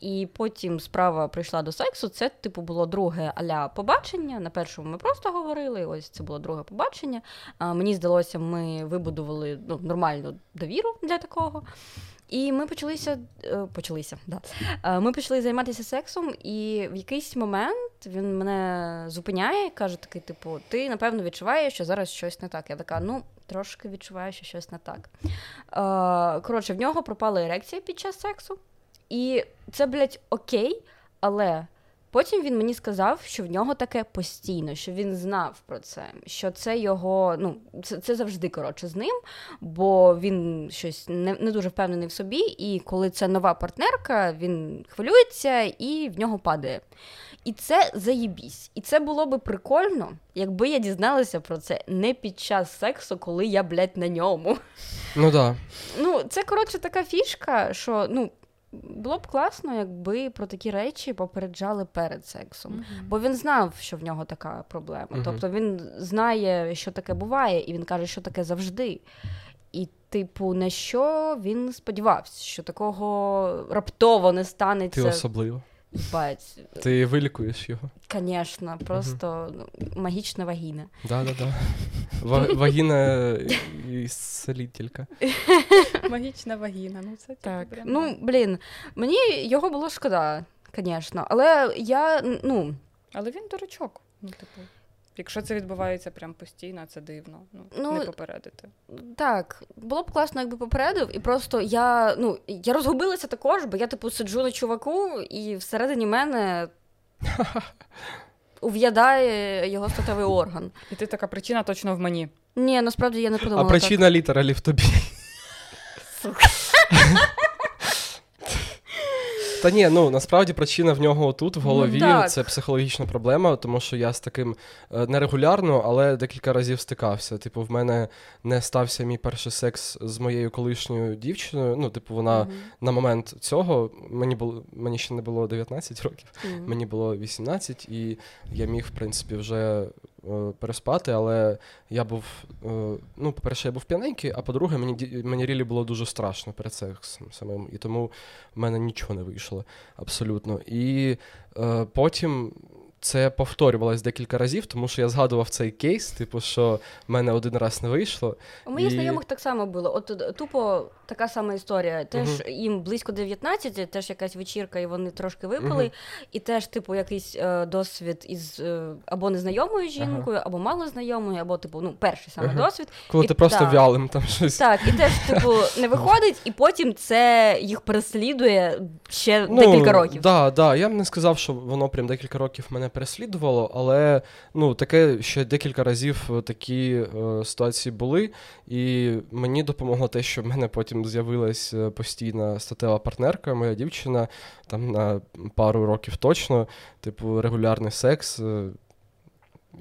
[SPEAKER 1] і потім справа прийшла до сексу. Це, типу, було друге аля побачення. На першому ми просто говорили. Ось це було друге побачення. А, мені здалося, ми вибудували ну, нормальну довіру для такого. І ми почалися, е, почалися, да. Е, Ми почали займатися сексом, і в якийсь момент він мене зупиняє, каже такий, типу, ти напевно відчуваєш, що зараз щось не так. Я така, ну трошки відчуваю, що щось не так. Е, Коротше, в нього пропала ерекція під час сексу, і це, блядь, окей, але. Потім він мені сказав, що в нього таке постійно, що він знав про це, що це його, ну це, це завжди коротше з ним бо він щось не, не дуже впевнений в собі, і коли це нова партнерка, він хвилюється і в нього падає. І це заєбісь. І це було би прикольно, якби я дізналася про це не під час сексу, коли я, блядь, на ньому.
[SPEAKER 3] Ну так.
[SPEAKER 1] Ну, це коротше така фішка, що ну було б класно, якби про такі речі попереджали перед сексом. Бо він знав, що в нього така проблема.
[SPEAKER 3] Мгм.
[SPEAKER 1] Тобто він знає, що таке буває, і він каже, що таке завжди. І, типу, на що він сподівався, що такого раптово не
[SPEAKER 3] Ти
[SPEAKER 1] станеться.
[SPEAKER 3] особливо.
[SPEAKER 1] Бать,
[SPEAKER 3] Ти вилікуєш його.
[SPEAKER 1] Звісно, просто ну, магічна вагіна.
[SPEAKER 3] Да, да, да. Ва- Вагіна ісцелителька.
[SPEAKER 2] Магічна вагіна. Ну це типу, прям-
[SPEAKER 1] Ну, блін, мені його було шкода, звісно. Але я, ну,
[SPEAKER 2] але він дурачок. Ну, типу, якщо це відбувається прям постійно, це дивно. Ну,
[SPEAKER 1] Ну,
[SPEAKER 2] не попередити.
[SPEAKER 1] Так, було б класно, якби попередив, і просто я ну я розгубилася також, бо я типу сиджу на чуваку, і всередині мене ув'ядає його статевий орган.
[SPEAKER 2] І ти така причина точно в мені.
[SPEAKER 1] Ні, насправді я не подумала.
[SPEAKER 3] А причина літера в тобі.
[SPEAKER 1] так. Ну сука.
[SPEAKER 3] Та ні, ну насправді причина в нього тут в голові
[SPEAKER 1] Ну, так.
[SPEAKER 3] це психологічна проблема, тому що я з таким е, нерегулярно, але декілька разів стикався. Типу, в мене не стався мій перший секс з моєю колишньою дівчиною. Ну, типу, вона на момент цього мені було мені ще не було 19 років,
[SPEAKER 1] Мгм.
[SPEAKER 3] мені було 18, і я міг, в принципі, вже е, переспати, але я був, е, ну, по-перше, я був п'яненький, а по-друге, мені, ді- мені рілі було дуже страшно перед сексом самим. І тому в мене нічого не вийшло абсолютно. І е, потім. Це повторювалось декілька разів, тому що я згадував цей кейс, типу, що в мене один раз не вийшло.
[SPEAKER 1] У моїх
[SPEAKER 3] І-
[SPEAKER 1] знайомих так само було. От е, тупо така сама історія. Теж
[SPEAKER 3] Мгм.
[SPEAKER 1] їм близько 19, теж якась вечірка, і вони трошки випили.
[SPEAKER 3] Мгм.
[SPEAKER 1] І теж, типу, якийсь е, досвід із е, або незнайомою жінкою, або малознайомою, або типу, ну, перший саме
[SPEAKER 3] Ага.
[SPEAKER 1] досвід.
[SPEAKER 3] Коли
[SPEAKER 1] І
[SPEAKER 3] ти просто
[SPEAKER 1] так.
[SPEAKER 3] вялим там щось.
[SPEAKER 1] Так, і теж, типу, не виходить, і потім це їх переслідує ще
[SPEAKER 3] Ну,
[SPEAKER 1] декілька років.
[SPEAKER 3] Да, да. Я б не сказав, що воно прям декілька років мене переслідувало, але ну таке ще декілька разів е, такі е, ситуації були, і мені допомогло те, що в мене потім з'явилась е, постійна статева партнерка, моя дівчина, там на пару років точно, типу, регулярний секс. е,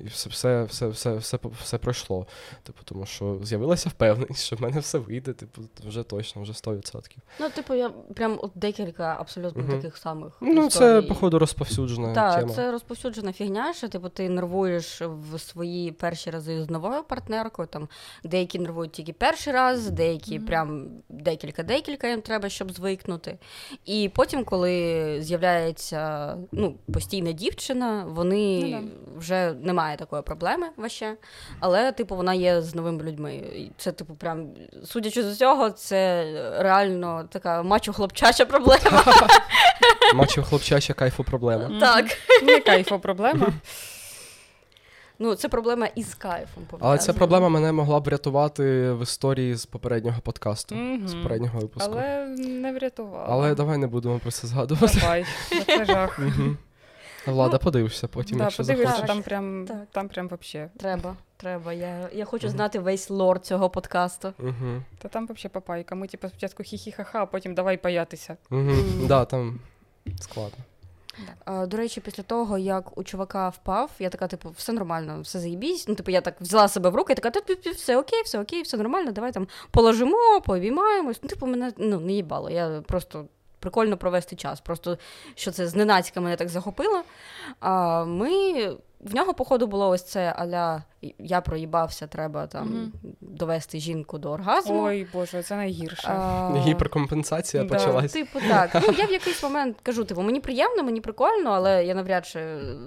[SPEAKER 3] І все, все, все, все, все, по- все пройшло. Типу, тому що з'явилася впевненість, що в мене все вийде, типу, вже точно, вже 100%.
[SPEAKER 1] Ну, типу, я прям от декілька абсолютно
[SPEAKER 3] Мгм.
[SPEAKER 1] таких самих. Тобто
[SPEAKER 3] Ну, це,
[SPEAKER 1] історій.
[SPEAKER 3] походу, розповсюджена
[SPEAKER 1] Так,
[SPEAKER 3] е, тема.
[SPEAKER 1] це розповсюджена фігня, що типу ти нервуєш в свої перші рази з новою партнеркою. Там деякі нервують тільки перший раз, деякі
[SPEAKER 2] Мгм.
[SPEAKER 1] прям декілька-декілька їм треба, щоб звикнути. І потім, коли з'являється ну, постійна дівчина, вони
[SPEAKER 2] Ну
[SPEAKER 1] вже немає такої проблеми ваще. Але, типу, вона є з новими людьми. І це, типу, прям судячи з усього, це реально така мачо-хлопчача проблема.
[SPEAKER 3] Мачо хлопчача кайфу проблема.
[SPEAKER 2] Мгм.
[SPEAKER 1] Так.
[SPEAKER 2] Ну, Не кайфо проблема.
[SPEAKER 1] Ну, це проблема із кайфом.
[SPEAKER 3] Але
[SPEAKER 1] пов'язана.
[SPEAKER 3] ця проблема мене могла б врятувати в історії з попереднього подкасту,
[SPEAKER 2] Мгм.
[SPEAKER 3] з попереднього випуску. Але...
[SPEAKER 2] Але не врятувала.
[SPEAKER 3] давай не будемо про це згадувати.
[SPEAKER 2] Давай, це жах.
[SPEAKER 3] Мгм.
[SPEAKER 1] Ну,
[SPEAKER 3] Влада, подивишся потім,
[SPEAKER 2] Да,
[SPEAKER 3] якщо
[SPEAKER 2] подивишся,
[SPEAKER 3] захочеш.
[SPEAKER 1] захочеш.
[SPEAKER 2] там прям,
[SPEAKER 1] Так.
[SPEAKER 2] там прям вообще.
[SPEAKER 1] Треба, треба. Я, я хочу
[SPEAKER 3] Мгм.
[SPEAKER 1] знати весь лор цього подкасту.
[SPEAKER 3] Угу.
[SPEAKER 2] Та там вообще папайка. Ми типу спочатку хі-хі-ха-ха, а потім давай паятися.
[SPEAKER 1] Мгм.
[SPEAKER 3] Да, там складно.
[SPEAKER 1] А, до речі, після того, як у чувака впав, я така, типу, все нормально, все заїбісь. Ну, типу, я так взяла себе в руки, я така, «Та, типу, все окей, все окей, все нормально, давай там положимо, пообіймаємось. Ну, типу, мене ну, не їбало. Я просто прикольно провести час. Просто що це зненацька мене так захопило. А ми. В нього, походу, було ось це аля я проїбався, треба там
[SPEAKER 2] Мгм.
[SPEAKER 1] довести жінку до оргазму.
[SPEAKER 2] Ой, Боже, це найгірше.
[SPEAKER 1] А,
[SPEAKER 3] Гіперкомпенсація
[SPEAKER 2] Да.
[SPEAKER 3] почалась.
[SPEAKER 1] Типу, так. Ну, я в якийсь момент кажу, типу, мені приємно, мені прикольно, але я навряд чи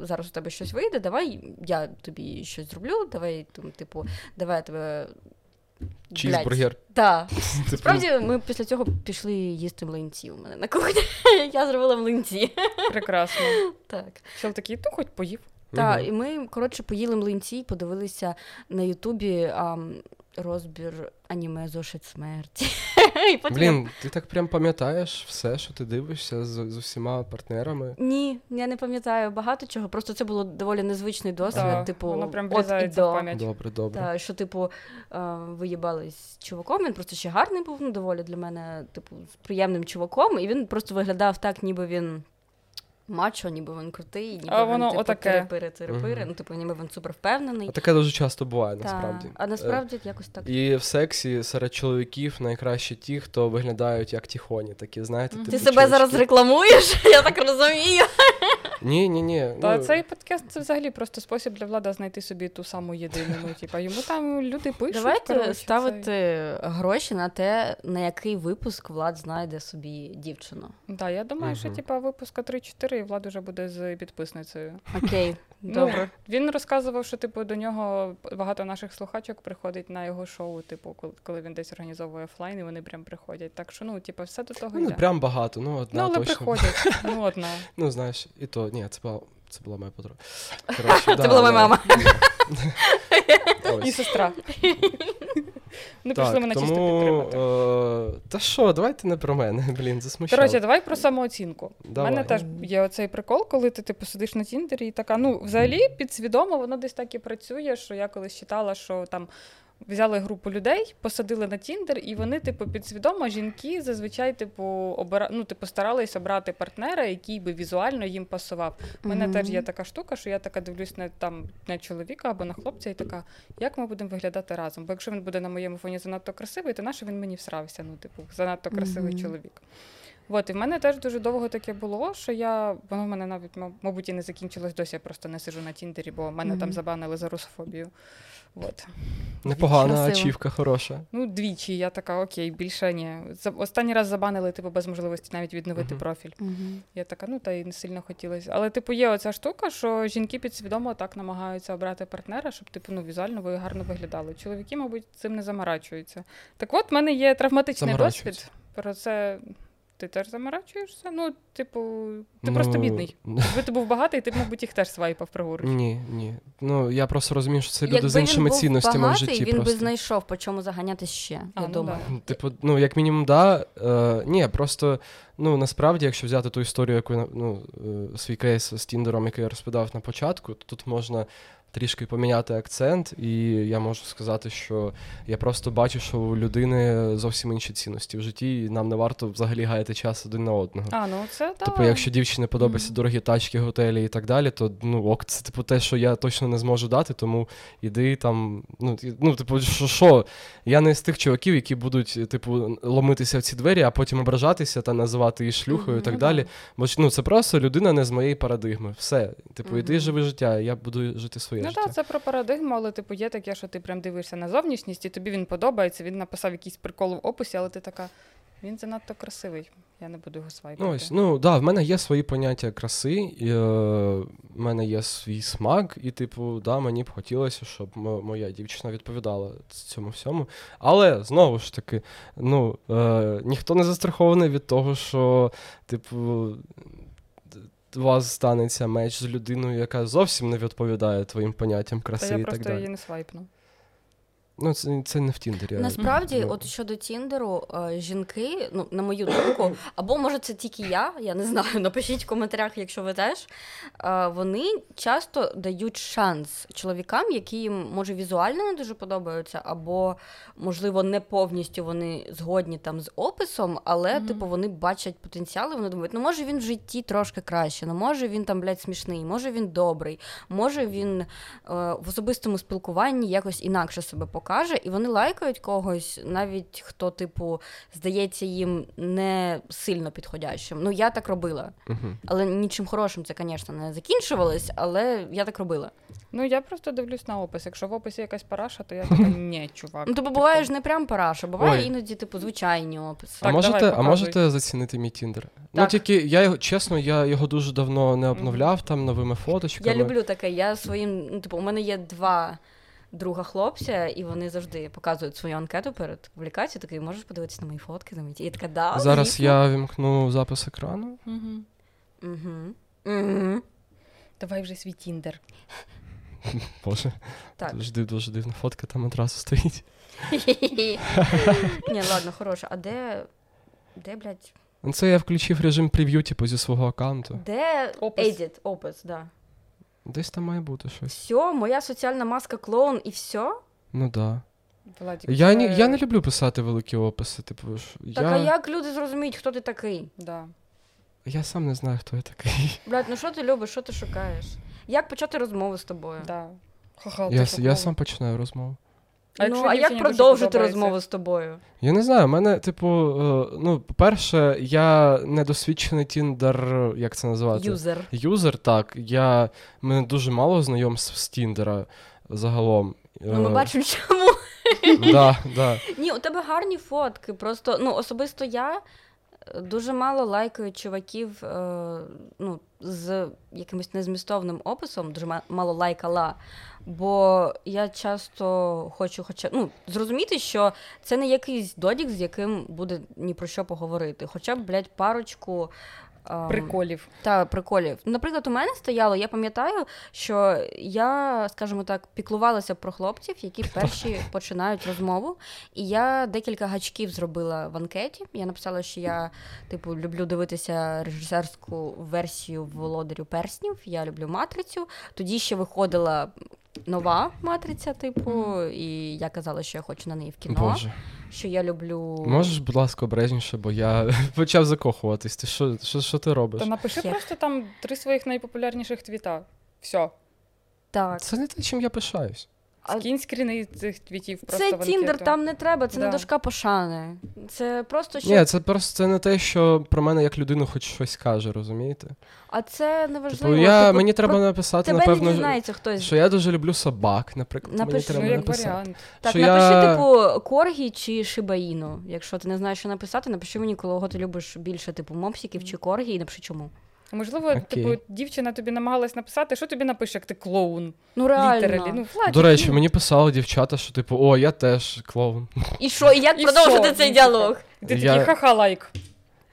[SPEAKER 1] зараз у тебе щось вийде. Давай я тобі щось зроблю, давай, там, типу, давай я тебе.
[SPEAKER 3] Чізбургер.
[SPEAKER 1] Так.
[SPEAKER 3] Типу,
[SPEAKER 1] Справді, ми після цього пішли їсти млинці у мене на кухні. Я зробила млинці.
[SPEAKER 2] Прекрасно.
[SPEAKER 1] Так.
[SPEAKER 2] Чел такий, ну хоч поїв.
[SPEAKER 1] Та,
[SPEAKER 3] мгм.
[SPEAKER 1] і ми, коротше, поїли млинці і подивилися на Ютубі ам, розбір аніме Зошит смерті. І потім я
[SPEAKER 3] Блін, ти так прям пам'ятаєш все, що ти дивишся з, з усіма партнерами.
[SPEAKER 1] Ні, я не пам'ятаю багато чого. Просто це було доволі незвичний досвід.
[SPEAKER 2] Да,
[SPEAKER 1] Типу,
[SPEAKER 2] воно прям
[SPEAKER 1] от і
[SPEAKER 2] врізається в
[SPEAKER 1] до.
[SPEAKER 2] пам'ять.
[SPEAKER 3] Добре, добре.
[SPEAKER 1] Та, що, типу, е, виїбались з чуваком. Він просто ще гарний був, ну доволі для мене, типу, з приємним чуваком. І він просто виглядав так, ніби він мачо, ніби він крутий, ніби
[SPEAKER 2] А
[SPEAKER 1] він
[SPEAKER 2] воно
[SPEAKER 1] типу,
[SPEAKER 2] отаке.
[SPEAKER 1] тири-пири, тири-пири.
[SPEAKER 3] Мгм.
[SPEAKER 1] Ну, типу, ніби він супер впевнений.
[SPEAKER 3] А таке дуже часто буває
[SPEAKER 1] Та,
[SPEAKER 3] насправді.
[SPEAKER 1] А
[SPEAKER 3] Е,
[SPEAKER 1] насправді якось так.
[SPEAKER 3] І в сексі серед чоловіків найкраще ті, хто виглядають як тихоні, такі, знаєте,
[SPEAKER 2] Мгм.
[SPEAKER 3] типу,
[SPEAKER 1] Ти себе зараз
[SPEAKER 3] чувачки.
[SPEAKER 1] рекламуєш, я так розумію.
[SPEAKER 3] Ні, ні, ні.
[SPEAKER 2] Та
[SPEAKER 3] ну,
[SPEAKER 2] цей подкаст це взагалі просто спосіб для влади знайти собі ту саму єдину. Ну, типа, йому там люди пишуть.
[SPEAKER 1] Давайте
[SPEAKER 2] коротше,
[SPEAKER 1] ставити
[SPEAKER 2] це-
[SPEAKER 1] гроші на те, на який випуск влад знайде собі дівчину.
[SPEAKER 2] Да, я думаю, що
[SPEAKER 3] Мгм.
[SPEAKER 2] типа випуска 3-4, і влад уже буде з підписницею.
[SPEAKER 1] Окей, добре.
[SPEAKER 2] Ну, він розказував, що типу до нього багато наших слухачок приходить на його шоу. Типу, коли, коли він десь організовує офлайн, і вони прям приходять. Так що ну, типу, все до того
[SPEAKER 3] Ну, не
[SPEAKER 2] йде.
[SPEAKER 3] прям багато, ну
[SPEAKER 2] Ну,
[SPEAKER 3] одна
[SPEAKER 2] але
[SPEAKER 3] точно.
[SPEAKER 2] приходять. Ну, одна.
[SPEAKER 3] Ну, знаєш, і то, ні, це була, це була моя подруга. Коротше, да,
[SPEAKER 1] була моя
[SPEAKER 3] да.
[SPEAKER 1] мама.
[SPEAKER 3] Ось.
[SPEAKER 2] І сестра. Ну, пішли
[SPEAKER 3] Так,
[SPEAKER 2] мене чисто
[SPEAKER 3] тому,
[SPEAKER 2] підтримати.
[SPEAKER 3] е, Та що, давайте не про мене, блін, засмущало.
[SPEAKER 2] Коротше, давай про самооцінку. У мене
[SPEAKER 3] Давай.
[SPEAKER 2] теж є оцей прикол, коли ти типу сидиш на Тіндері і така, ну взагалі підсвідомо воно десь так і працює, що я колись читала, що там взяли групу людей, посадили на Тіндер, і вони, типу, підсвідомо, жінки зазвичай, типу, обира... ну, типу, старались обрати партнера, який би візуально їм пасував. У мене
[SPEAKER 1] Мгм.
[SPEAKER 2] теж є така штука, що я така дивлюсь на там на чоловіка або на хлопця, і така, як ми будемо виглядати разом? Бо якщо він буде на моєму фоні занадто красивий, то наше він мені всрався. Ну, типу, занадто красивий
[SPEAKER 1] Мгм.
[SPEAKER 2] чоловік. От, і в мене теж дуже довго таке було, що я, воно в мене навіть, ма- мабуть, і не закінчилось досі, я просто не сиджу на Тіндері, бо мене
[SPEAKER 1] Мгм.
[SPEAKER 2] там забанили за русофобію. От.
[SPEAKER 3] Непогана
[SPEAKER 1] Красиво.
[SPEAKER 3] ачівка, хороша.
[SPEAKER 2] Ну, двічі, я така, окей, більше ні. За- Останній раз забанили, типу, без можливості навіть відновити
[SPEAKER 3] Мгм.
[SPEAKER 2] профіль. Я така, ну та й не сильно хотілося. Але, типу, є оця штука, що жінки підсвідомо так намагаються обрати партнера, щоб типу ну візуально ви гарно виглядали. Чоловіки, мабуть, цим не заморачуються. Так от, в мене є травматичний
[SPEAKER 3] Заморачуються.
[SPEAKER 2] досвід. Про це ти теж заморачуєшся? Ну, типу,
[SPEAKER 3] Ну,
[SPEAKER 2] ти просто бідний. Якби ти був багатий, ти б, мабуть, їх теж свайпав праворуч.
[SPEAKER 3] Ні, ні. Ну я просто розумію, що це люди
[SPEAKER 1] Якби
[SPEAKER 3] з іншими
[SPEAKER 1] він був
[SPEAKER 3] цінностями
[SPEAKER 1] багатий,
[SPEAKER 3] в житті.
[SPEAKER 1] Він
[SPEAKER 3] просто.
[SPEAKER 1] би знайшов, по чому заганяти ще,
[SPEAKER 2] А,
[SPEAKER 1] я
[SPEAKER 2] ну
[SPEAKER 1] думаю.
[SPEAKER 3] Типу, ну як мінімум, да. Е, ні, просто ну насправді, якщо взяти ту історію, яку я, ну, е, свій кейс з Тіндером, який я розповідав на початку, то тут можна трішки поміняти акцент, і я можу сказати, що я просто бачу, що у людини зовсім інші цінності в житті, і нам не варто взагалі гаяти час один на одного.
[SPEAKER 2] А, ну це так.
[SPEAKER 3] Типу, якщо дівчині подобаються
[SPEAKER 1] Мгм.
[SPEAKER 3] дорогі тачки, готелі і так далі, то ну ок, це типу те, що я точно не зможу дати, тому іди там. Ну, ти- ну типу, що, що? Я не з тих чуваків, які будуть, типу, ломитися в ці двері, а потім ображатися та називати її шлюхою і
[SPEAKER 1] Мгм.
[SPEAKER 3] так
[SPEAKER 1] Ну,
[SPEAKER 3] далі. Бо ж, ну це просто людина не з моєї парадигми. Все. Типу, іди
[SPEAKER 1] Мгм.
[SPEAKER 3] живи життя, я буду жити своє
[SPEAKER 2] Ну
[SPEAKER 3] життя.
[SPEAKER 2] так, це про парадигму, але типу є таке, що ти прям дивишся на зовнішність, і тобі він подобається. Він написав якийсь прикол в описі, але ти така. Він занадто красивий. Я не буду його свайпати.
[SPEAKER 3] Ну, ось, ну да, в мене є свої поняття краси, і, е, в мене є свій смак, і, типу, да, мені б хотілося, щоб мо- моя дівчина відповідала ц- цьому всьому. Але знову ж таки, ну е, ніхто не застрахований від того, що, типу, д- у вас станеться меч з людиною, яка зовсім не відповідає твоїм поняттям
[SPEAKER 2] Та
[SPEAKER 3] краси
[SPEAKER 2] я
[SPEAKER 3] і так
[SPEAKER 2] просто
[SPEAKER 3] далі.
[SPEAKER 2] її не свайпну.
[SPEAKER 3] Ну, це, це не в Тіндері. а,
[SPEAKER 1] Насправді,
[SPEAKER 3] ну.
[SPEAKER 1] от щодо Тіндеру, е, жінки, ну на мою думку, або може це тільки я, я не знаю. Напишіть в коментарях, якщо ви теж. е, Вони часто дають шанс чоловікам, які їм може візуально не дуже подобаються, або можливо не повністю вони згодні там з описом, але
[SPEAKER 2] Мгм.
[SPEAKER 1] типу вони бачать потенціал, і вони думають, ну може він в житті трошки краще, ну може він там блядь, смішний, може він добрий, може він е, в особистому спілкуванні якось інакше себе покаже, і вони лайкають когось, навіть хто, типу, здається їм не сильно підходящим. Ну, я так робила.
[SPEAKER 3] Мгм.
[SPEAKER 1] Але нічим хорошим це, звісно, не закінчувалось, але я так робила.
[SPEAKER 2] Ну я просто дивлюсь на опис. Якщо в описі якась параша, то я така ні, чувак.
[SPEAKER 1] Ну, тобі
[SPEAKER 2] типу,
[SPEAKER 1] буває ж не прям параша, буває
[SPEAKER 3] Ой.
[SPEAKER 1] іноді, типу, звичайні описи.
[SPEAKER 3] а
[SPEAKER 2] Так,
[SPEAKER 3] можете,
[SPEAKER 2] давай,
[SPEAKER 3] а
[SPEAKER 2] показуй.
[SPEAKER 3] можете зацінити мій Тіндер? Ну
[SPEAKER 2] Так.
[SPEAKER 3] тільки я його чесно, я його дуже давно не обновляв там новими фоточками.
[SPEAKER 1] Я люблю таке. Я своїм, ну, типу, у мене є два друга хлопця, і вони завжди показують свою анкету перед публікацією. Такий, можеш подивитися на мої фотки за мій ті-?» І Я така, да.
[SPEAKER 3] Зараз я вімкну запис екрану.
[SPEAKER 2] Мгм.
[SPEAKER 1] Угу. Угу.
[SPEAKER 2] Давай вже свій тіндер.
[SPEAKER 3] Боже,
[SPEAKER 1] Так.
[SPEAKER 3] дуже див, дуже дивна фотка там одразу стоїть.
[SPEAKER 1] Ні, ладно, хороше. А де. Де, блядь?
[SPEAKER 3] Ну, Це я включив режим прев'ю, типу, зі свого аккаунту.
[SPEAKER 1] Де
[SPEAKER 2] Опис.
[SPEAKER 1] Edit, опис, да.
[SPEAKER 3] Десь там має бути щось.
[SPEAKER 1] Все, моя соціальна маска клоун і все.
[SPEAKER 3] Ну да.
[SPEAKER 2] Владік,
[SPEAKER 3] Я, ні,
[SPEAKER 2] Типу, це-
[SPEAKER 3] я не люблю писати великі описи. Типу, ж
[SPEAKER 1] Так
[SPEAKER 3] я,
[SPEAKER 1] а як люди зрозуміють, хто ти такий?
[SPEAKER 2] Да.
[SPEAKER 3] я сам не знаю, хто я такий.
[SPEAKER 1] Блядь, ну що ти любиш, що ти шукаєш? Як почати розмову з тобою?
[SPEAKER 2] Да. Ха-ха,
[SPEAKER 3] я,
[SPEAKER 2] ти
[SPEAKER 3] я
[SPEAKER 2] шокований.
[SPEAKER 3] сам починаю розмову.
[SPEAKER 1] ну,
[SPEAKER 2] А якщо
[SPEAKER 1] а
[SPEAKER 2] дівчині
[SPEAKER 1] як
[SPEAKER 2] дуже
[SPEAKER 1] продовжити
[SPEAKER 2] подобається?
[SPEAKER 1] розмову з тобою?
[SPEAKER 3] Я не знаю, в мене, типу, е, ну, по-перше, я недосвідчений тіндер, як це називати?
[SPEAKER 1] Юзер.
[SPEAKER 3] Юзер, так. Я в мене дуже мало знайомств з Тіндера загалом.
[SPEAKER 1] Ну, ми
[SPEAKER 3] Е,
[SPEAKER 1] бачимо, чому.
[SPEAKER 3] Да, да.
[SPEAKER 1] Ні, у тебе гарні фотки. Просто ну особисто я е, дуже мало лайкаю чуваків е, ну, з якимось незмістовним описом, дуже ма- мало лайкала. Бо я часто хочу хоча ну, зрозуміти, що це не якийсь додік, з яким буде ні про що поговорити. Хоча б, блядь, парочку. ем,
[SPEAKER 2] Приколів.
[SPEAKER 1] та приколів. Наприклад, у мене стояло, я пам'ятаю, що я, скажімо так, піклувалася про хлопців, які перші починають розмову. І я декілька гачків зробила в анкеті. Я написала, що я типу люблю дивитися режисерську версію володарю перснів. Я люблю матрицю. Тоді ще виходила нова матриця, типу, і я казала, що я хочу на неї в кіно,
[SPEAKER 3] Боже.
[SPEAKER 1] що я люблю.
[SPEAKER 3] Можеш, будь ласка, обережніше, бо я почав закохуватись. Ти що, що, що ти робиш?
[SPEAKER 2] Та напиши
[SPEAKER 1] Хер.
[SPEAKER 2] просто там три своїх найпопулярніших твіта. Все.
[SPEAKER 1] Так.
[SPEAKER 3] Це не те, чим я пишаюсь.
[SPEAKER 1] А-
[SPEAKER 2] Скинь скріни цих твітів просто.
[SPEAKER 1] Це
[SPEAKER 2] в анкету.
[SPEAKER 1] Тіндер, там не треба, це не
[SPEAKER 2] Да.
[SPEAKER 1] дошка пошани. Це просто ще.
[SPEAKER 3] Ні, це просто це не те, що про мене як людину хоч щось каже, розумієте?
[SPEAKER 1] А це не важливо.
[SPEAKER 3] Типу, я,
[SPEAKER 1] Типу,
[SPEAKER 3] мені
[SPEAKER 1] про-
[SPEAKER 3] треба написати,
[SPEAKER 1] Тебе не
[SPEAKER 3] напевно,
[SPEAKER 1] дізнається хтось.
[SPEAKER 3] що я дуже люблю собак, наприклад.
[SPEAKER 1] Напиши,
[SPEAKER 3] мені
[SPEAKER 2] Ну,
[SPEAKER 3] треба
[SPEAKER 2] як
[SPEAKER 3] написати.
[SPEAKER 2] варіант.
[SPEAKER 1] Так,
[SPEAKER 3] що
[SPEAKER 1] напиши,
[SPEAKER 3] я-
[SPEAKER 1] типу, Коргі чи Шибаїну. Якщо ти не знаєш, що написати, напиши мені, кого ти любиш більше, типу, мопсиків чи Коргі, і напиши чому.
[SPEAKER 2] Можливо,
[SPEAKER 3] Окей.
[SPEAKER 2] типу, дівчина тобі намагалась написати, що тобі напише, як ти клоун.
[SPEAKER 1] Ну реально.
[SPEAKER 2] Літералі. Ну, Владик,
[SPEAKER 3] До речі,
[SPEAKER 2] ну,
[SPEAKER 3] мені писали дівчата, що типу, о, я теж клоун.
[SPEAKER 1] І що? І як
[SPEAKER 2] І
[SPEAKER 1] продовжити
[SPEAKER 2] що?
[SPEAKER 1] цей
[SPEAKER 2] Ну,
[SPEAKER 1] діалог?
[SPEAKER 2] і Ти
[SPEAKER 3] Я-
[SPEAKER 2] такий ха-ха лайк.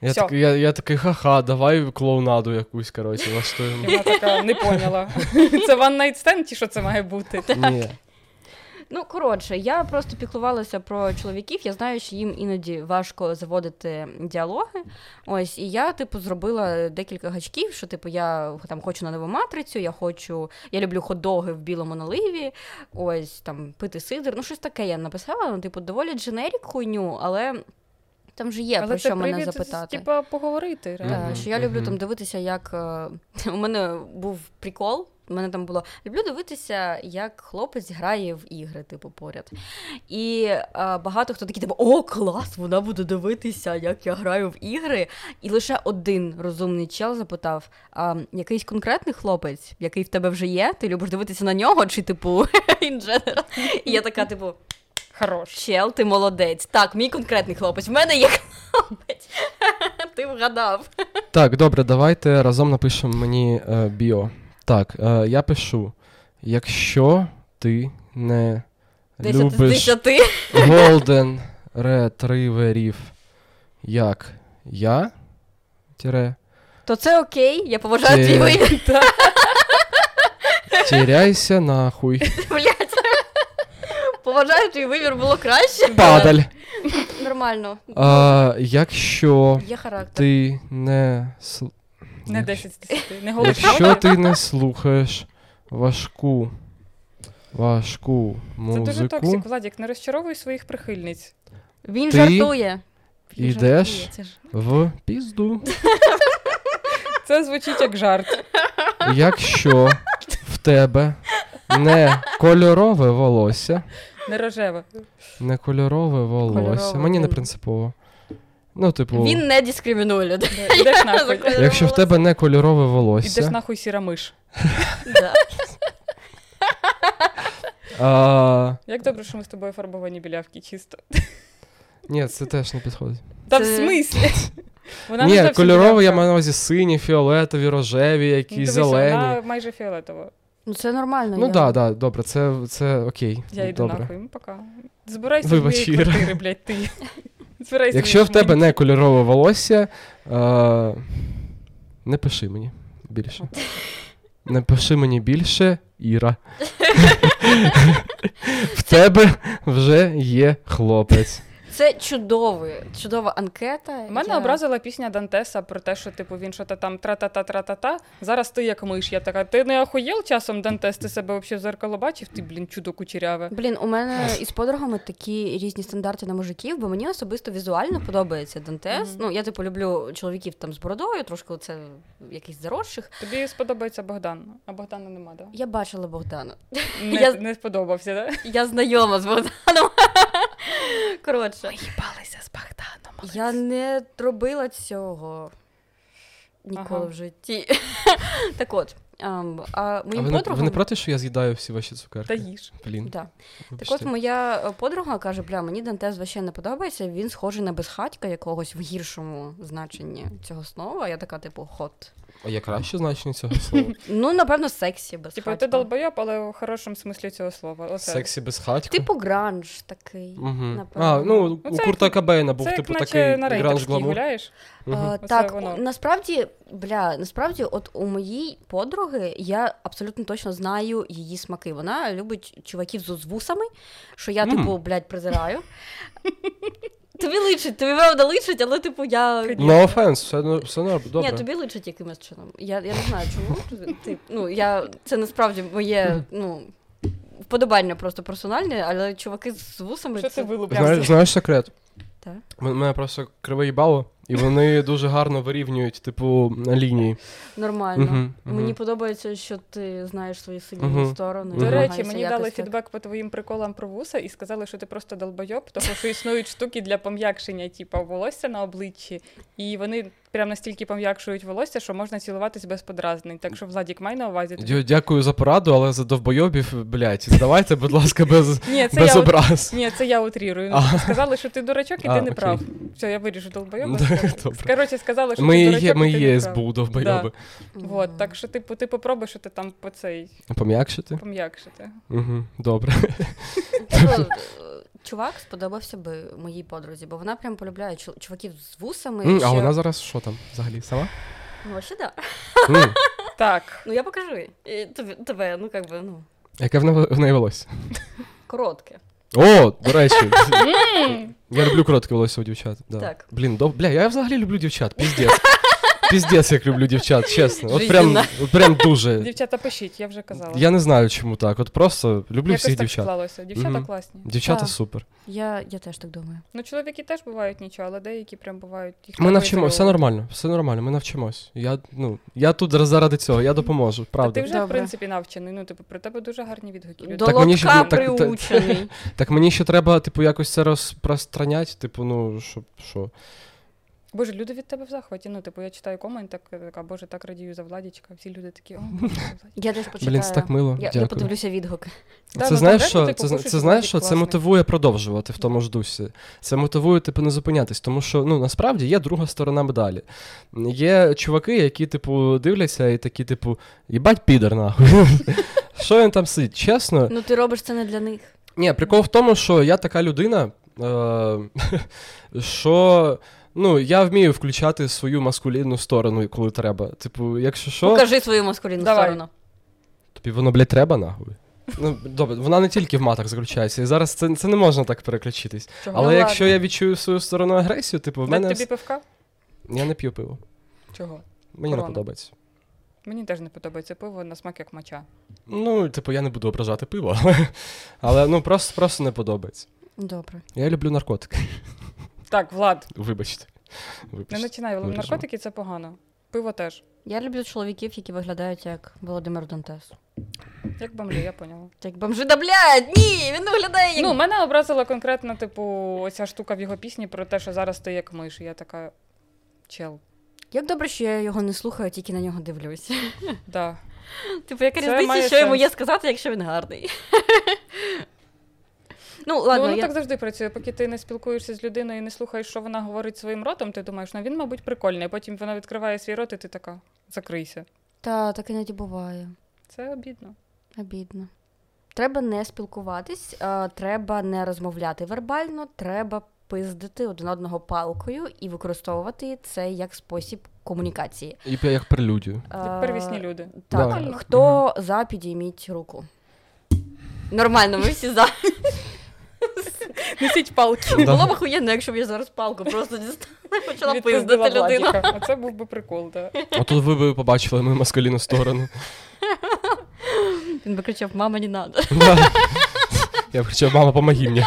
[SPEAKER 3] Я,
[SPEAKER 2] Всьо.
[SPEAKER 3] так, я, я такий, ха-ха, давай клоунаду якусь, коротше, влаштуємо.
[SPEAKER 2] І Вона така не поняла. Це one night stand, чи що це має бути?
[SPEAKER 3] Ні.
[SPEAKER 1] Ну коротше, я просто піклувалася про чоловіків. Я знаю, що їм іноді важко заводити діалоги. Ось і я, типу, зробила декілька гачків, що типу я там хочу на нову матрицю, я хочу, я люблю хот-доги в білому наливі. Ось там пити сидр. Ну щось таке я написала. Ну, типу, доволі дженерік хуйню, але там же є про
[SPEAKER 2] Але
[SPEAKER 1] що
[SPEAKER 2] це
[SPEAKER 1] мене
[SPEAKER 2] привід,
[SPEAKER 1] запитати.
[SPEAKER 2] типа, поговорити.
[SPEAKER 1] Е,
[SPEAKER 2] реально.
[SPEAKER 3] Мгм,
[SPEAKER 1] що я люблю там
[SPEAKER 3] мгм.
[SPEAKER 1] дивитися, як е, у мене був прикол. У мене там було люблю дивитися, як хлопець грає в ігри, типу, поряд. І е, багато хто такий, типу, о, клас, вона буде дивитися, як я граю в ігри. І лише один розумний чел запитав: а якийсь конкретний хлопець, який в тебе вже є, ти любиш дивитися на нього, чи типу інженера? І я така, типу,
[SPEAKER 3] Ну.
[SPEAKER 2] Хорош.
[SPEAKER 1] чел, ти молодець. Так, мій конкретний хлопець. В мене є хлопець. Ти вгадав.
[SPEAKER 3] Так, добре, давайте разом напишемо мені е, біо. Так, е, я пишу: якщо ти не
[SPEAKER 1] 10 з
[SPEAKER 3] любиш
[SPEAKER 1] 10.
[SPEAKER 3] голден ретриверів, як я, тире,
[SPEAKER 1] То це окей, я поважаю твій
[SPEAKER 3] Ти-
[SPEAKER 1] вибір.
[SPEAKER 3] тіряйся нахуй.
[SPEAKER 1] Блядь. Поважаю твій вибір, було краще.
[SPEAKER 3] Падаль.
[SPEAKER 1] Нормально.
[SPEAKER 3] А, якщо
[SPEAKER 1] Є характер.
[SPEAKER 3] ти не сл-
[SPEAKER 2] Не
[SPEAKER 3] якщо-
[SPEAKER 2] 10 з 10. Не
[SPEAKER 3] Якщо
[SPEAKER 2] голосувати.
[SPEAKER 3] ти не слухаєш важку, важку
[SPEAKER 2] Це дуже
[SPEAKER 3] музику,
[SPEAKER 2] токсик, Владік, не розчаровуй своїх прихильниць.
[SPEAKER 1] Він
[SPEAKER 3] ти
[SPEAKER 1] жартує. Він
[SPEAKER 3] ідеш?
[SPEAKER 1] жартує, це ж-
[SPEAKER 3] в пізду.
[SPEAKER 2] Це звучить як жарт.
[SPEAKER 3] Якщо в тебе не кольорове волосся,
[SPEAKER 2] Не рожеве.
[SPEAKER 3] не кольорове волосся,
[SPEAKER 1] Кольорове,
[SPEAKER 3] мені не
[SPEAKER 1] він-
[SPEAKER 3] принципово. Ну, типу,
[SPEAKER 1] Він не дискримінує людей.
[SPEAKER 2] Ідеш нахуй.
[SPEAKER 1] Закон-
[SPEAKER 3] якщо в тебе не кольорове волосся,
[SPEAKER 2] Ідеш нахуй сіра миш.
[SPEAKER 1] Да.
[SPEAKER 3] а,
[SPEAKER 2] Як добре, що ми з тобою фарбовані білявки чисто.
[SPEAKER 3] ні, це теж не підходить.
[SPEAKER 2] Та в
[SPEAKER 1] Це-
[SPEAKER 2] смислі? Вона не
[SPEAKER 3] Ні,
[SPEAKER 2] зовсім
[SPEAKER 3] кольорове я
[SPEAKER 2] білявка.
[SPEAKER 3] маю на увазі сині, фіолетові, рожеві,
[SPEAKER 2] Ну,
[SPEAKER 3] якісь
[SPEAKER 2] дивись,
[SPEAKER 3] зелені.
[SPEAKER 2] Вона майже фіолетова.
[SPEAKER 1] Ну це нормально.
[SPEAKER 3] Ну
[SPEAKER 1] я-
[SPEAKER 3] так, так, добре, це, це окей.
[SPEAKER 2] Я йду
[SPEAKER 3] добре.
[SPEAKER 2] нахуй, ну, пока. Збирайся
[SPEAKER 3] Вибач,
[SPEAKER 2] з
[SPEAKER 3] Іра.
[SPEAKER 2] моєї квартири, блядь, ти. Збирайся.
[SPEAKER 3] Якщо в
[SPEAKER 2] звідси,
[SPEAKER 3] тебе
[SPEAKER 2] мені.
[SPEAKER 3] не кольорове волосся, е, не пиши мені більше. Не пиши мені більше, Іра. В тебе вже є хлопець.
[SPEAKER 1] Це чудовий, чудова анкета.
[SPEAKER 2] Мене
[SPEAKER 1] Е, Я-
[SPEAKER 2] образила пісня Дантеса про те, що типу він що то там тра-та-та-тра-та-та. Зараз ти як миш. Я така, ти не охуєл часом Дантес, ти себе взагалі в зеркало бачив? Ти, блін, чудо кучеряве.
[SPEAKER 1] Блін, у мене із подругами такі різні стандарти на мужиків, бо мені особисто візуально подобається Дантес.
[SPEAKER 2] Мгм.
[SPEAKER 1] Ну, я типу люблю чоловіків там з бородою, трошки це якісь заросших.
[SPEAKER 2] Тобі сподобається Богдан, а Богдана нема, да?
[SPEAKER 1] Я бачила Богдана.
[SPEAKER 2] Не,
[SPEAKER 1] Я-
[SPEAKER 2] не сподобався, да?
[SPEAKER 1] Я знайома з Богданом. Коротше,
[SPEAKER 2] Їбалися з Богданом.
[SPEAKER 1] я не робила цього ніколи
[SPEAKER 2] Ага.
[SPEAKER 1] в житті. Так от, ем, а
[SPEAKER 3] А
[SPEAKER 1] моїм
[SPEAKER 3] ви не, ви
[SPEAKER 1] подругам.
[SPEAKER 3] не проти, що я з'їдаю всі ваші цукерки?
[SPEAKER 2] Та їж.
[SPEAKER 3] Блін.
[SPEAKER 1] Да. Так
[SPEAKER 3] вибачте.
[SPEAKER 1] от моя е, подруга каже: бля, мені Дантес вообще не подобається, він схожий на безхатька якогось в гіршому значенні цього слова. Я така, типу, хот.
[SPEAKER 3] А я краще значення цього слова.
[SPEAKER 1] Ну, напевно, сексі
[SPEAKER 2] Типу, ти
[SPEAKER 1] безхатька.
[SPEAKER 2] долбойоб, але у хорошому смислі цього слова. Оце.
[SPEAKER 3] Сексі без хатька.
[SPEAKER 1] Типу гранж такий.
[SPEAKER 3] Угу.
[SPEAKER 1] напевно.
[SPEAKER 3] А, ну,
[SPEAKER 2] це
[SPEAKER 3] у
[SPEAKER 2] як-
[SPEAKER 3] Курта Кабейна був
[SPEAKER 2] Це як
[SPEAKER 3] типу
[SPEAKER 2] наче
[SPEAKER 3] такий
[SPEAKER 2] на
[SPEAKER 3] гранж
[SPEAKER 2] рейтерській
[SPEAKER 3] гламур.
[SPEAKER 2] гуляєш.
[SPEAKER 3] Мгм.
[SPEAKER 1] Е,
[SPEAKER 2] Оце
[SPEAKER 1] так,
[SPEAKER 2] воно.
[SPEAKER 1] у- насправді, бля, насправді, от у моїй подруги я абсолютно точно знаю її смаки. Вона любить чуваків з вусами, що я,
[SPEAKER 3] Мгм.
[SPEAKER 1] типу, блядь, призираю. Тобі личить, тобі правда личить, але типу я.
[SPEAKER 3] No offense, все, ну, все норм, добре.
[SPEAKER 1] Ні, тобі личить якимось чином. Я, я не знаю, чому ти- ти. Ну, я, це насправді моє, ну, вподобання просто персональне, але чуваки з вусами.
[SPEAKER 2] Що ти
[SPEAKER 1] це...
[SPEAKER 2] вилупляєшся?
[SPEAKER 3] Знаєш, знаєш секрет?
[SPEAKER 1] Та.
[SPEAKER 3] У мене просто криве їбало, і вони дуже гарно вирівнюють, типу, лінії.
[SPEAKER 1] Нормально.
[SPEAKER 3] Мгм, мгм.
[SPEAKER 1] Мені подобається, що ти знаєш свої сильні
[SPEAKER 3] Мгм.
[SPEAKER 1] сторони.
[SPEAKER 3] До
[SPEAKER 1] і
[SPEAKER 2] До речі,
[SPEAKER 1] намагаєшся
[SPEAKER 2] мені
[SPEAKER 1] якось
[SPEAKER 2] дали
[SPEAKER 1] так.
[SPEAKER 2] фідбек по твоїм приколам про вуса і сказали, що ти просто долбойоб, тому що існують штуки для пом'якшення, типу, волосся на обличчі, і вони прям настільки пом'якшують волосся, що можна цілуватись без подразнень. Так що Владік май на увазі. тобі.
[SPEAKER 3] Дю- Дякую за пораду, але за довбойобів, блядь, давайте, будь ласка, без,
[SPEAKER 2] Ні, це
[SPEAKER 3] без
[SPEAKER 2] я от...
[SPEAKER 3] образ.
[SPEAKER 2] Ні, це я утрірую. Ну,
[SPEAKER 3] А.
[SPEAKER 2] сказали, що ти дурачок і ти
[SPEAKER 3] А,
[SPEAKER 2] не
[SPEAKER 3] окей. Ну,
[SPEAKER 2] прав. Все, я вирішу долбойоба.
[SPEAKER 3] Да,
[SPEAKER 2] Все.
[SPEAKER 3] добре.
[SPEAKER 2] Коротше, сказали, що
[SPEAKER 3] Ми
[SPEAKER 2] ти
[SPEAKER 3] є,
[SPEAKER 2] дурачок
[SPEAKER 3] ми
[SPEAKER 2] і ти
[SPEAKER 3] є
[SPEAKER 2] не прав.
[SPEAKER 3] СБУ довбойоби.
[SPEAKER 2] Вот, так що типу, ти попробуй, що ти там по цей
[SPEAKER 3] Пом'якшити?
[SPEAKER 2] пом'якшити.
[SPEAKER 3] Угу, добре.
[SPEAKER 1] Тобто, е, Чувак сподобався би моїй подрузі, бо вона прям полюбляє чу- чуваків з вусами.
[SPEAKER 3] М,
[SPEAKER 1] ще...
[SPEAKER 3] А вона зараз що там взагалі? Сама?
[SPEAKER 1] Ну, вообще, да.
[SPEAKER 3] М,
[SPEAKER 2] Так.
[SPEAKER 1] Ну, я покажу. їй. І тобі- тебе, ну, як би, ну,
[SPEAKER 3] Яке в неї- в неї волосся?
[SPEAKER 1] коротке.
[SPEAKER 3] О, до речі. Я люблю коротке волосся у дівчат. Да.
[SPEAKER 1] Так.
[SPEAKER 3] Блін, доб... бля, я взагалі люблю дівчат, піздець. Піздець, як люблю дівчат, чесно. От прям,
[SPEAKER 1] Жизненно.
[SPEAKER 3] от прям дуже.
[SPEAKER 2] Дівчата, пишіть, я вже казала.
[SPEAKER 3] Е, Я не знаю, чому так. От просто люблю
[SPEAKER 2] Якось
[SPEAKER 3] всіх
[SPEAKER 2] так
[SPEAKER 3] дівчат.
[SPEAKER 2] склалося. Дівчата
[SPEAKER 3] Мгм.
[SPEAKER 2] класні.
[SPEAKER 3] Дівчата
[SPEAKER 1] Так.
[SPEAKER 3] супер.
[SPEAKER 1] Я, я теж так думаю.
[SPEAKER 2] Ну, чоловіки теж бувають нічого, але деякі прям бувають. Їх
[SPEAKER 3] Ми
[SPEAKER 2] треба
[SPEAKER 3] навчимося, все
[SPEAKER 2] ізолювати.
[SPEAKER 3] нормально, все нормально, ми навчимось. Я, ну, я тут зараз заради цього, я допоможу,
[SPEAKER 2] Та
[SPEAKER 3] правда.
[SPEAKER 2] ти вже, в
[SPEAKER 1] Добре.
[SPEAKER 2] принципі, навчений. Ну, типу, про тебе дуже гарні відгуки. людей.
[SPEAKER 1] До
[SPEAKER 3] Так мені ще-
[SPEAKER 1] лотка
[SPEAKER 3] так- так-
[SPEAKER 1] приучений.
[SPEAKER 3] Так мені ще треба, типу, якось це розпространяти, типу, ну, щоб що.
[SPEAKER 2] Боже, люди від тебе в захваті. Ну, типу, я читаю комент, так, така, боже, так радію за Владічка. Всі люди такі, о, Боже, за Владічка».
[SPEAKER 1] Я теж почитаю.
[SPEAKER 3] Блін, це так мило.
[SPEAKER 1] я, я
[SPEAKER 3] Дякую.
[SPEAKER 1] подивлюся відгуки.
[SPEAKER 2] Да,
[SPEAKER 3] це
[SPEAKER 2] ну,
[SPEAKER 3] знаєш,
[SPEAKER 2] там
[SPEAKER 3] що
[SPEAKER 2] дехто,
[SPEAKER 3] це,
[SPEAKER 2] типу, пише,
[SPEAKER 3] це знаєш,
[SPEAKER 2] «Владік
[SPEAKER 3] що це
[SPEAKER 2] класний».
[SPEAKER 3] мотивує продовжувати в тому ж дусі. Це мотивує, типу, не зупинятись, тому що ну насправді є друга сторона медалі. Є чуваки, які, типу, дивляться і такі, типу, їбать підер нахуй. Що він там сидить? Чесно,
[SPEAKER 1] Ну, ти робиш це не для них.
[SPEAKER 3] ні, прикол в тому, що я така людина, е, що ну я вмію включати свою маскулінну сторону, коли треба. Типу, якщо що,
[SPEAKER 1] Покажи свою маскулінну
[SPEAKER 2] Давай.
[SPEAKER 1] сторону.
[SPEAKER 3] тобі воно, блядь, треба нахуй. Ну, добре, вона не тільки в матах заключається, і зараз це, це не можна так переключитись.
[SPEAKER 2] Чого?
[SPEAKER 3] Але
[SPEAKER 2] Ну,
[SPEAKER 3] якщо
[SPEAKER 2] ладно.
[SPEAKER 3] я відчую свою сторону агресію, типу, в
[SPEAKER 2] Дать
[SPEAKER 3] мене.
[SPEAKER 2] тобі пивка?
[SPEAKER 3] Я не п'ю пиво.
[SPEAKER 2] Чого?
[SPEAKER 3] Мені не
[SPEAKER 2] Корона.
[SPEAKER 3] подобається.
[SPEAKER 2] Мені теж не подобається пиво на смак як моча.
[SPEAKER 3] Ну, типу, я не буду ображати пиво, але, але ну просто, просто не подобається.
[SPEAKER 1] Добре.
[SPEAKER 3] Я люблю наркотики.
[SPEAKER 2] Так, Влад,
[SPEAKER 3] Вибачте.
[SPEAKER 2] не
[SPEAKER 3] Вибачте.
[SPEAKER 2] починай.
[SPEAKER 3] Виріжемо.
[SPEAKER 2] Наркотики це погано. Пиво теж.
[SPEAKER 1] Я люблю чоловіків, які виглядають як Володимир Дантес.
[SPEAKER 2] Як бомжи, я поняла.
[SPEAKER 1] Як бомжи, да блядь, ні, він не виглядає як...
[SPEAKER 2] Ну, мене образила конкретно, типу, оця штука в його пісні про те, що зараз ти як миш. І Я така чел.
[SPEAKER 1] Як добре, що я його не слухаю, тільки на нього дивлюся.
[SPEAKER 2] Да.
[SPEAKER 1] Типу, яка
[SPEAKER 2] Це
[SPEAKER 1] різниця,
[SPEAKER 2] має
[SPEAKER 1] що йому
[SPEAKER 2] сенс.
[SPEAKER 1] є сказати, якщо він гарний. Ну, ладно,
[SPEAKER 2] ну, воно
[SPEAKER 1] я...
[SPEAKER 2] так завжди працює. Поки ти не спілкуєшся з людиною і не слухаєш, що вона говорить своїм ротом, ти думаєш, ну він, мабуть, прикольний. Потім вона відкриває свій рот, і ти така закрийся.
[SPEAKER 1] Та, так іноді буває.
[SPEAKER 2] Це обідно.
[SPEAKER 1] Обідно. Треба не спілкуватись, е, треба не розмовляти вербально, треба пиздити один одного палкою і використовувати це як спосіб комунікації.
[SPEAKER 3] І п'ю як прелюдію.
[SPEAKER 2] Як
[SPEAKER 1] Е,
[SPEAKER 2] первісні люди.
[SPEAKER 1] Так,
[SPEAKER 2] Нормально.
[SPEAKER 1] хто за, підійміть руку. Нормально, ми всі за.
[SPEAKER 2] Несіть палки.
[SPEAKER 1] Було б охуєнно, якщо б я зараз палку просто дістала і почала
[SPEAKER 2] Відпиздила
[SPEAKER 1] пиздити людину.
[SPEAKER 2] Владіка. А це був би прикол, так.
[SPEAKER 3] Отут ви б побачили мою маскаліну сторону.
[SPEAKER 1] Він би кричав, мама, не надо.
[SPEAKER 3] Да. Я б хотів, мама, помоги мені.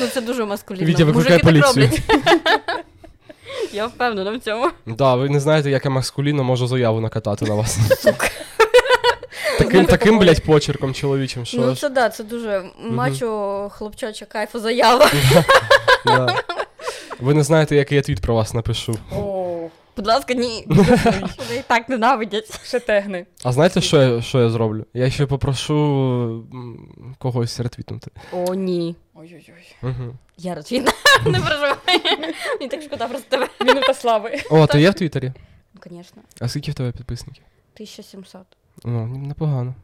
[SPEAKER 1] Ну це дуже маскулінно.
[SPEAKER 3] Вітя, викликай
[SPEAKER 1] Мужики так
[SPEAKER 3] поліцію.
[SPEAKER 1] роблять. Я впевнена в цьому.
[SPEAKER 3] Да, ви не знаєте, як я маскуліно можу заяву накатати на вас.
[SPEAKER 2] Ну,
[SPEAKER 3] Таким, таким, блядь, почерком чоловічим, що
[SPEAKER 1] ну
[SPEAKER 3] ж.
[SPEAKER 1] це да, це дуже мачо хлопчача кайфу заява.
[SPEAKER 3] Да. Ви не знаєте, який я твіт про вас напишу.
[SPEAKER 2] О,
[SPEAKER 1] Будь ласка, ні. Вони і так ненавидять.
[SPEAKER 2] ще тегни.
[SPEAKER 3] А знаєте, що я, що я зроблю? Я ще попрошу м, когось ретвітнути.
[SPEAKER 1] О, ні.
[SPEAKER 2] Ой-ой-ой.
[SPEAKER 3] Угу.
[SPEAKER 1] Я розвідна, не переживай. Мені так шкода просто тебе.
[SPEAKER 2] Мінута слави.
[SPEAKER 3] О, ти є в Твіттері?
[SPEAKER 1] Ну, звісно.
[SPEAKER 3] А скільки в тебе підписників?
[SPEAKER 1] 1700.
[SPEAKER 3] Ну, непогано.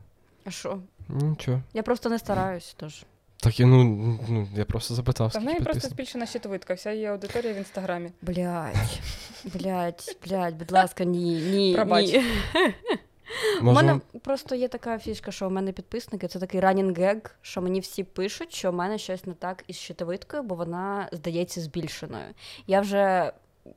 [SPEAKER 1] А що?
[SPEAKER 3] Нічого.
[SPEAKER 1] Я просто не стараюсь, тож.
[SPEAKER 3] Так я ну, ну я просто запитав,
[SPEAKER 2] Та в
[SPEAKER 3] скільки
[SPEAKER 2] неї просто
[SPEAKER 3] підписників.
[SPEAKER 2] збільшена щитовидка, вся її аудиторія в інстаграмі.
[SPEAKER 1] Блять, блять, блять, будь ласка, ні, ні,
[SPEAKER 2] Пробач.
[SPEAKER 1] ні. У
[SPEAKER 3] Може,
[SPEAKER 1] мене просто є така фішка, що у мене підписники це такий running gag, що мені всі пишуть, що в мене щось не так із щитовидкою, бо вона здається збільшеною. Я вже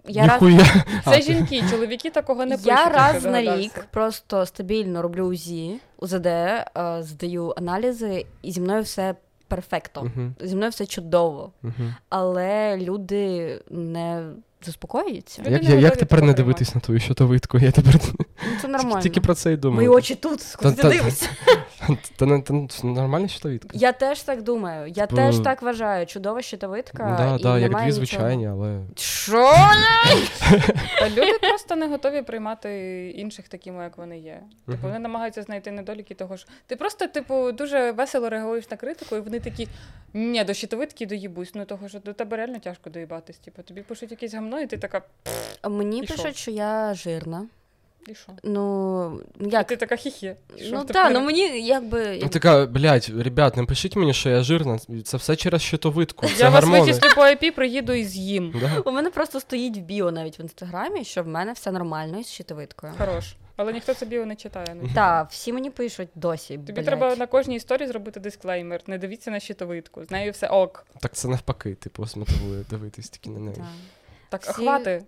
[SPEAKER 1] я раз,
[SPEAKER 3] Ніхуя.
[SPEAKER 2] Це жінки, чоловіки такого не пишуть.
[SPEAKER 1] я
[SPEAKER 2] якщо
[SPEAKER 1] раз на
[SPEAKER 2] догадався.
[SPEAKER 1] рік просто стабільно роблю УЗІ, УЗД, е, здаю аналізи, і зі мною все перфекто.
[SPEAKER 3] Мгм,
[SPEAKER 1] Зі мною все чудово.
[SPEAKER 3] мгм.
[SPEAKER 1] Але люди не заспокоюються.
[SPEAKER 2] Люди
[SPEAKER 3] Як,
[SPEAKER 2] не
[SPEAKER 3] я, як
[SPEAKER 2] готові
[SPEAKER 3] тепер не
[SPEAKER 2] цього
[SPEAKER 3] дивитись на твою щитовидку? Я тепер
[SPEAKER 1] Ну, це нормально.
[SPEAKER 3] тільки про це й
[SPEAKER 1] Мої
[SPEAKER 3] думаю.
[SPEAKER 1] очі тут, куди ти
[SPEAKER 3] та-
[SPEAKER 1] дивишся.
[SPEAKER 3] Та, не- та, це нормальна щитовидка.
[SPEAKER 1] Я теж так думаю. Я
[SPEAKER 3] Типу-
[SPEAKER 1] теж так вважаю. Чудова щитовидка.
[SPEAKER 3] Да,
[SPEAKER 1] і
[SPEAKER 3] да, як
[SPEAKER 1] немає нічого.
[SPEAKER 3] дві звичайні, але.
[SPEAKER 1] Що?
[SPEAKER 2] Та люди просто не готові приймати інших такими, як вони є.
[SPEAKER 3] Мгм.
[SPEAKER 2] Типу, вони намагаються знайти недоліки того, що ти просто, типу, дуже весело реагуєш на критику, і вони такі. Ні, до щитовидки доїбусь, ну того що до тебе реально тяжко доїбатись. Типу, тобі пишуть якесь гамно, і ти така,
[SPEAKER 1] Мені
[SPEAKER 2] І що?
[SPEAKER 1] пишуть, що я жирна.
[SPEAKER 2] і що?
[SPEAKER 1] Ну,
[SPEAKER 2] А
[SPEAKER 1] як?
[SPEAKER 2] ти така хі-хі. І що
[SPEAKER 1] Ну
[SPEAKER 2] в тебе?
[SPEAKER 1] так, ну мені якби.
[SPEAKER 3] Ну, Така, блядь, ребят, не пишіть мені, що я жирна. Це все через щитовидку. Це
[SPEAKER 2] Я вас
[SPEAKER 3] гормони.
[SPEAKER 2] вичислю по IP, приїду і з'їм.
[SPEAKER 3] Да.
[SPEAKER 1] У мене просто стоїть в біо навіть в інстаграмі, що в мене все нормально із щитовидкою.
[SPEAKER 2] Хорош. Але ніхто це біо не читає. Ну.
[SPEAKER 1] Та, всі мені пишуть досі.
[SPEAKER 2] Тобі
[SPEAKER 1] блядь.
[SPEAKER 2] треба на кожній історії зробити дисклеймер. Не дивіться на щитовидку. З нею все ок.
[SPEAKER 3] Так це навпаки, типу, смотивує дивитись тільки на неї.
[SPEAKER 1] Та.
[SPEAKER 2] Так,
[SPEAKER 1] Всі-
[SPEAKER 2] охвати,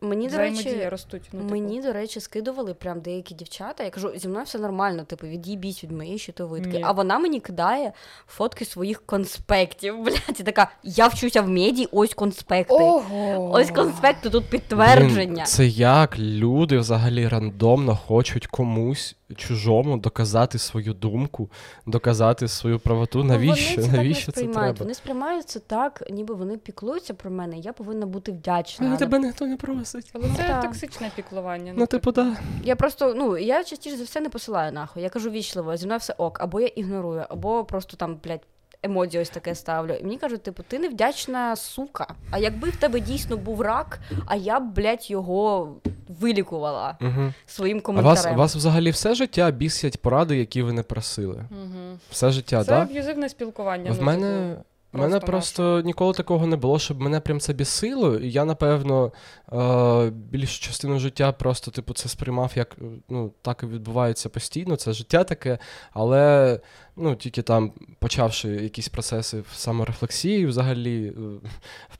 [SPEAKER 1] Мені, до
[SPEAKER 2] взаємодія
[SPEAKER 1] речі,
[SPEAKER 2] ростуть. Ну, типу.
[SPEAKER 1] мені, до речі, скидували прям деякі дівчата. Я кажу, зі мною все нормально, типу, від'їбіть від моєї щитовидки.
[SPEAKER 2] Ні.
[SPEAKER 1] А вона мені кидає фотки своїх конспектів. Блядь, і така, я вчуся в меді, ось конспекти.
[SPEAKER 2] типу. Ого.
[SPEAKER 1] Ось конспекти, тут підтвердження.
[SPEAKER 3] Блін, це як люди взагалі рандомно хочуть комусь чужому доказати свою думку, доказати свою правоту.
[SPEAKER 1] Ну,
[SPEAKER 3] Навіщо?
[SPEAKER 1] вони це
[SPEAKER 3] Навіщо
[SPEAKER 1] так
[SPEAKER 3] це
[SPEAKER 1] не сприймають.
[SPEAKER 3] треба?
[SPEAKER 1] Вони сприймають це так, ніби вони піклуються про мене. і Я повинна бути вдячна.
[SPEAKER 3] Ну,
[SPEAKER 1] але
[SPEAKER 2] типу,
[SPEAKER 3] тебе ніхто не просить.
[SPEAKER 2] Але
[SPEAKER 1] Ну,
[SPEAKER 2] це
[SPEAKER 1] так.
[SPEAKER 2] токсичне піклування.
[SPEAKER 3] Ну, типу, да.
[SPEAKER 1] Я просто ну я частіше за все не посилаю нахуй. Я кажу вічливо, зі мною все ок, або я ігнорую, або просто там, блядь, емодзі ось таке ставлю. І мені кажуть, типу, ти невдячна сука. А якби в тебе дійсно був рак, а я б, блядь, його вилікувала
[SPEAKER 3] Угу.
[SPEAKER 1] своїм
[SPEAKER 3] А вас,
[SPEAKER 1] коментарем.
[SPEAKER 3] вас взагалі все життя бісять поради, які ви не просили.
[SPEAKER 2] Угу.
[SPEAKER 3] Все життя,
[SPEAKER 2] Це
[SPEAKER 3] так?
[SPEAKER 2] аб'юзивне спілкування.
[SPEAKER 3] В
[SPEAKER 2] ну,
[SPEAKER 3] мене, в мене
[SPEAKER 2] просто
[SPEAKER 3] просто ніколи такого не було, щоб мене прям це бісило. І я, напевно, е, більшу частину життя просто, типу, це сприймав, як е, ну, так і відбувається постійно. Це життя таке. Але ну, тільки там, почавши якісь процеси в саморефлексії, взагалі, е,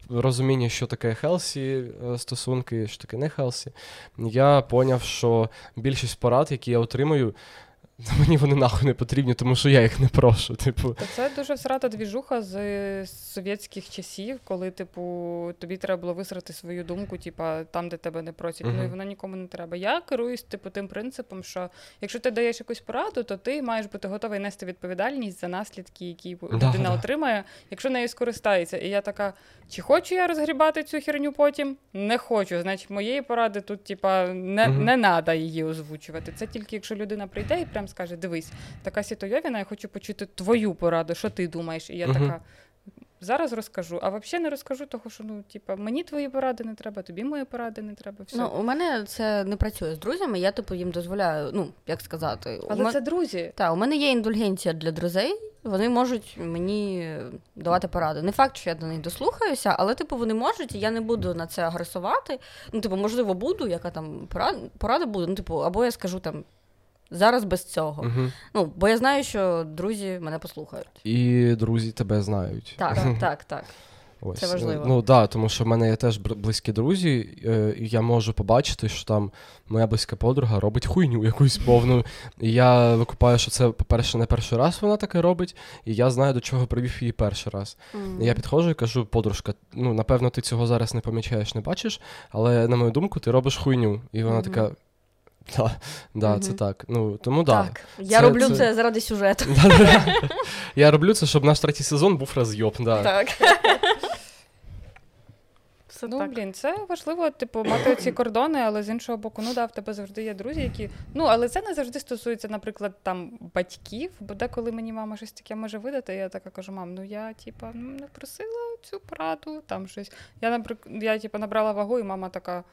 [SPEAKER 3] в розумінні, що таке хелсі е, стосунки, що таке не хелсі, я поняв, що більшість порад, які я отримую, мені вони нахуй не потрібні, тому що я їх не прошу. Типу,
[SPEAKER 2] Та це дуже всрата двіжуха з е, совєтських часів, коли, типу, тобі треба було висрати свою думку, типа там, де тебе не просять. Ну і
[SPEAKER 3] Мгм.
[SPEAKER 2] вона нікому не треба. Я керуюсь, типу, тим принципом, що якщо ти даєш якусь пораду, то ти маєш бути готовий нести відповідальність за наслідки, які людина
[SPEAKER 3] да.
[SPEAKER 2] отримає, якщо нею скористається. І я така, чи хочу я розгрібати цю херню потім? Не хочу. Значить, моєї поради тут, типа, не,
[SPEAKER 3] Мгм.
[SPEAKER 2] не треба її озвучувати. Це тільки якщо людина прийде і прям скаже: дивись, така сітойовіна, я хочу почути твою пораду, що ти думаєш? І я
[SPEAKER 3] Мгм.
[SPEAKER 2] така. Зараз розкажу, а взагалі не розкажу, того, що ну, типа, мені твої поради не треба, тобі мої поради не треба. Все.
[SPEAKER 1] Ну, у мене це не працює з друзями, я типу їм дозволяю, ну як сказати, у
[SPEAKER 2] Але
[SPEAKER 1] мен-
[SPEAKER 2] це друзі.
[SPEAKER 1] Та, у мене є індульгенція для друзей. Вони можуть мені давати поради. Не факт, що я до них дослухаюся, але типу вони можуть, і я не буду на це агресувати. Ну, типу, можливо, буду, яка там порада, порада буде. Ну, типу, або я скажу там зараз без цього.
[SPEAKER 3] угу.
[SPEAKER 1] Ну, бо я знаю, що друзі мене послухають.
[SPEAKER 3] І друзі тебе знають.
[SPEAKER 1] Так, так, так.
[SPEAKER 3] Ось.
[SPEAKER 1] Це важливо.
[SPEAKER 3] Ну да, тому що в мене є теж бр- близькі друзі, е, і я можу побачити, що там моя близька подруга робить хуйню якусь повну. І я викупаю, що це, по-перше, не перший раз вона таке робить, і я знаю, до чого привів її перший раз. І Я підходжу і кажу, подружка, ну напевно, ти цього зараз не помічаєш, не бачиш, але на мою думку, ти робиш хуйню. І вона
[SPEAKER 1] Мгм.
[SPEAKER 3] така. Да, да, це
[SPEAKER 1] Мгм.
[SPEAKER 3] так. Ну тому да.
[SPEAKER 1] Так, я
[SPEAKER 3] Це-
[SPEAKER 1] роблю
[SPEAKER 3] це-
[SPEAKER 1] це... заради сюжету.
[SPEAKER 3] Да-да-да. Я роблю це, щоб наш третій сезон був розйоб. Да.
[SPEAKER 1] Так. Все
[SPEAKER 2] Ну,
[SPEAKER 1] Тобто так.
[SPEAKER 2] блін, це важливо, типу, мати ці кордони, але з іншого боку, ну да, в тебе завжди є друзі, які. Ну, але це не завжди стосується, наприклад, там батьків, бо деколи мені мама щось таке може видати, я така кажу, мам, ну я типа ну, не просила цю пораду, там щось. Я, наприклад, я типу, набрала вагу, і мама така.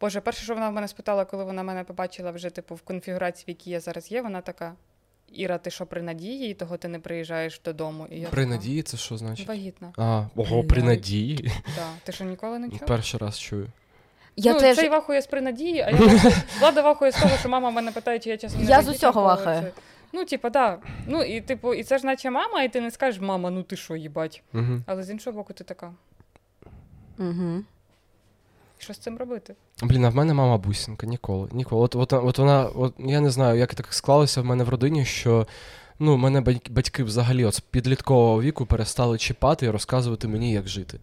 [SPEAKER 2] Боже, перше, що вона в мене спитала, коли вона мене побачила вже типу в конфігурації, в якій я зараз є, вона така: Іра, ти що при надії, і того ти не приїжджаєш додому. І я
[SPEAKER 3] При
[SPEAKER 2] така,
[SPEAKER 3] надії це що значить?
[SPEAKER 2] Вагітна.
[SPEAKER 3] А, ого,
[SPEAKER 1] Блядь.
[SPEAKER 3] при надії.
[SPEAKER 2] Да. Ти що ніколи
[SPEAKER 3] Ну,
[SPEAKER 2] не чула?
[SPEAKER 3] Перший раз чую.
[SPEAKER 1] Я
[SPEAKER 2] ну,
[SPEAKER 1] теж
[SPEAKER 2] цей вахує з принадії, а я вахую- влада вахує з того, що мама мене питає, чи я часом не
[SPEAKER 1] Я з
[SPEAKER 2] вагітна,
[SPEAKER 1] усього
[SPEAKER 2] коли
[SPEAKER 1] вахаю.
[SPEAKER 2] це- Ну, типа, да. Ну, і типу, і це ж наче мама, і ти не скажеш, мама, ну ти що, їбать.
[SPEAKER 3] Угу.
[SPEAKER 2] Але з іншого боку, ти така.
[SPEAKER 1] Угу.
[SPEAKER 2] що з цим робити?
[SPEAKER 3] Блін, а в мене мама бусінка, ніколи. Ніколи. От, от, от вона, от я не знаю, як так склалося в мене в родині, що ну, мене бать- батьки взагалі от з підліткового віку перестали чіпати і розказувати мені, як жити.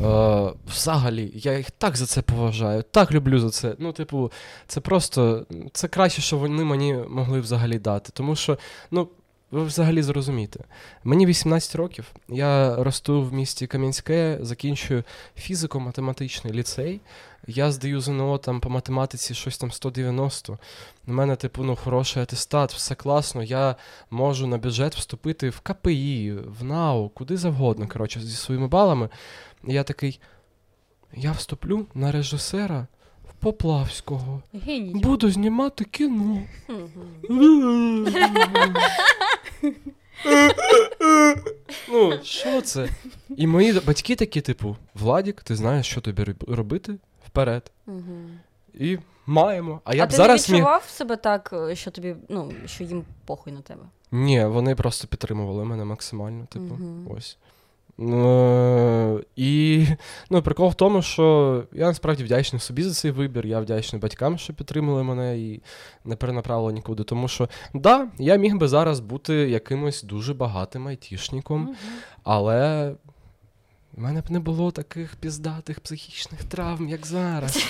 [SPEAKER 3] Е, взагалі, я їх так за це поважаю, так люблю за це. Ну, типу, це просто це краще, що вони мені могли взагалі дати. Тому що, ну. Ви взагалі зрозумієте. Мені 18 років. Я росту в місті Кам'янське, закінчую фізико-математичний ліцей. Я здаю ЗНО там по математиці щось там 190. У мене, типу, ну, хороший атестат, все класно. Я можу на бюджет вступити в КПІ, в НАУ, куди завгодно, коротше, зі своїми балами. І я такий. Я вступлю на режисера в Поплавського.
[SPEAKER 2] Геній.
[SPEAKER 3] Буду знімати кіно.
[SPEAKER 1] Мгм.
[SPEAKER 3] Ну, що це? І мої батьки такі, типу, Владік, ти знаєш, що тобі роб- робити вперед.
[SPEAKER 1] Мгм.
[SPEAKER 3] І маємо. А я
[SPEAKER 1] а
[SPEAKER 3] б
[SPEAKER 1] ти
[SPEAKER 3] зараз
[SPEAKER 1] не
[SPEAKER 3] міг.
[SPEAKER 1] відчував себе так, е, що тобі, ну, що їм похуй на тебе?
[SPEAKER 3] Ні, вони просто підтримували мене максимально, типу,
[SPEAKER 1] Мгм.
[SPEAKER 3] ось. Е, І ну, прикол в тому, що я насправді вдячний собі за цей вибір, я вдячний батькам, що підтримали мене і не перенаправили нікуди. Тому що, да, я міг би зараз бути якимось дуже багатим айтішником, але в мене б не було таких піздатих психічних травм, як зараз.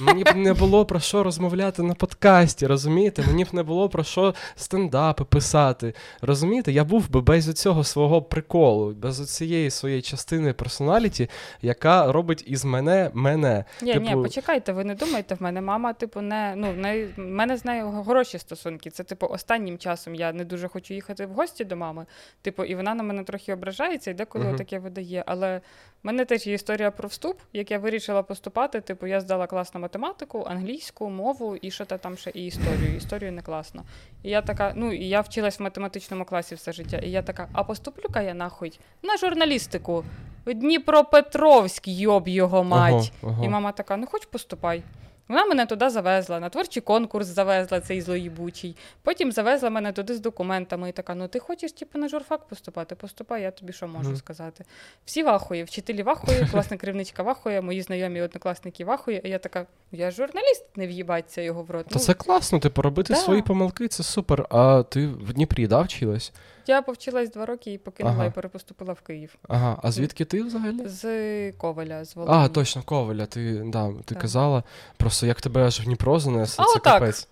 [SPEAKER 3] Мені б не було про що розмовляти на подкасті, розумієте? Мені б не було про що стендапи писати. Розумієте, я був би без цього свого приколу, без цієї своєї частини персоналіті, яка робить із мене мене.
[SPEAKER 2] Ні,
[SPEAKER 3] Типу-
[SPEAKER 2] ні, почекайте, ви не думайте, в мене мама, типу, не ну в неї- в мене з нею хороші стосунки. Це типу останнім часом я не дуже хочу їхати в гості до мами. Типу, і вона на мене трохи ображається, і деколи
[SPEAKER 3] Мгм.
[SPEAKER 2] таке видає. Але в мене теж є історія про вступ, як я вирішила поступати. Типу, я здала класну математику, англійську, мову і що та там ще і історію. Історію не класно. І я така, ну і я вчилась в математичному класі все життя. І я така, а поступлю-ка я нахуй на журналістику. Дніпропетровськ, йоб його мать.
[SPEAKER 3] Ого, ого.
[SPEAKER 2] І мама така: ну хоч поступай. Вона мене туди завезла, на творчий конкурс завезла цей злоїбучий. Потім завезла мене туди з документами і така: ну ти хочеш типу, на журфак поступати? Поступай, я тобі що можу
[SPEAKER 3] Мгм.
[SPEAKER 2] сказати. Всі вахує, вчителі вахує, класна керівничка вахує, мої знайомі однокласники вахує. А я така, я ж журналіст, не в'їбаться його в рот.
[SPEAKER 3] Та
[SPEAKER 2] Ну,
[SPEAKER 3] це класно, типу, робити
[SPEAKER 2] да.
[SPEAKER 3] свої помилки, це супер. А ти в Дніпрі да, вчилась?
[SPEAKER 2] Я повчилась два роки і покинула
[SPEAKER 3] Ага.
[SPEAKER 2] і перепоступила в Київ
[SPEAKER 3] Ага, а звідки ти взагалі?
[SPEAKER 2] з Ковеля, з Волині.
[SPEAKER 3] А, точно, Ковеля, ти, да, ти
[SPEAKER 2] Так.
[SPEAKER 3] казала. Просто як тебе аж в Дніпро занесло,
[SPEAKER 2] А
[SPEAKER 3] це
[SPEAKER 2] отак.
[SPEAKER 3] капець.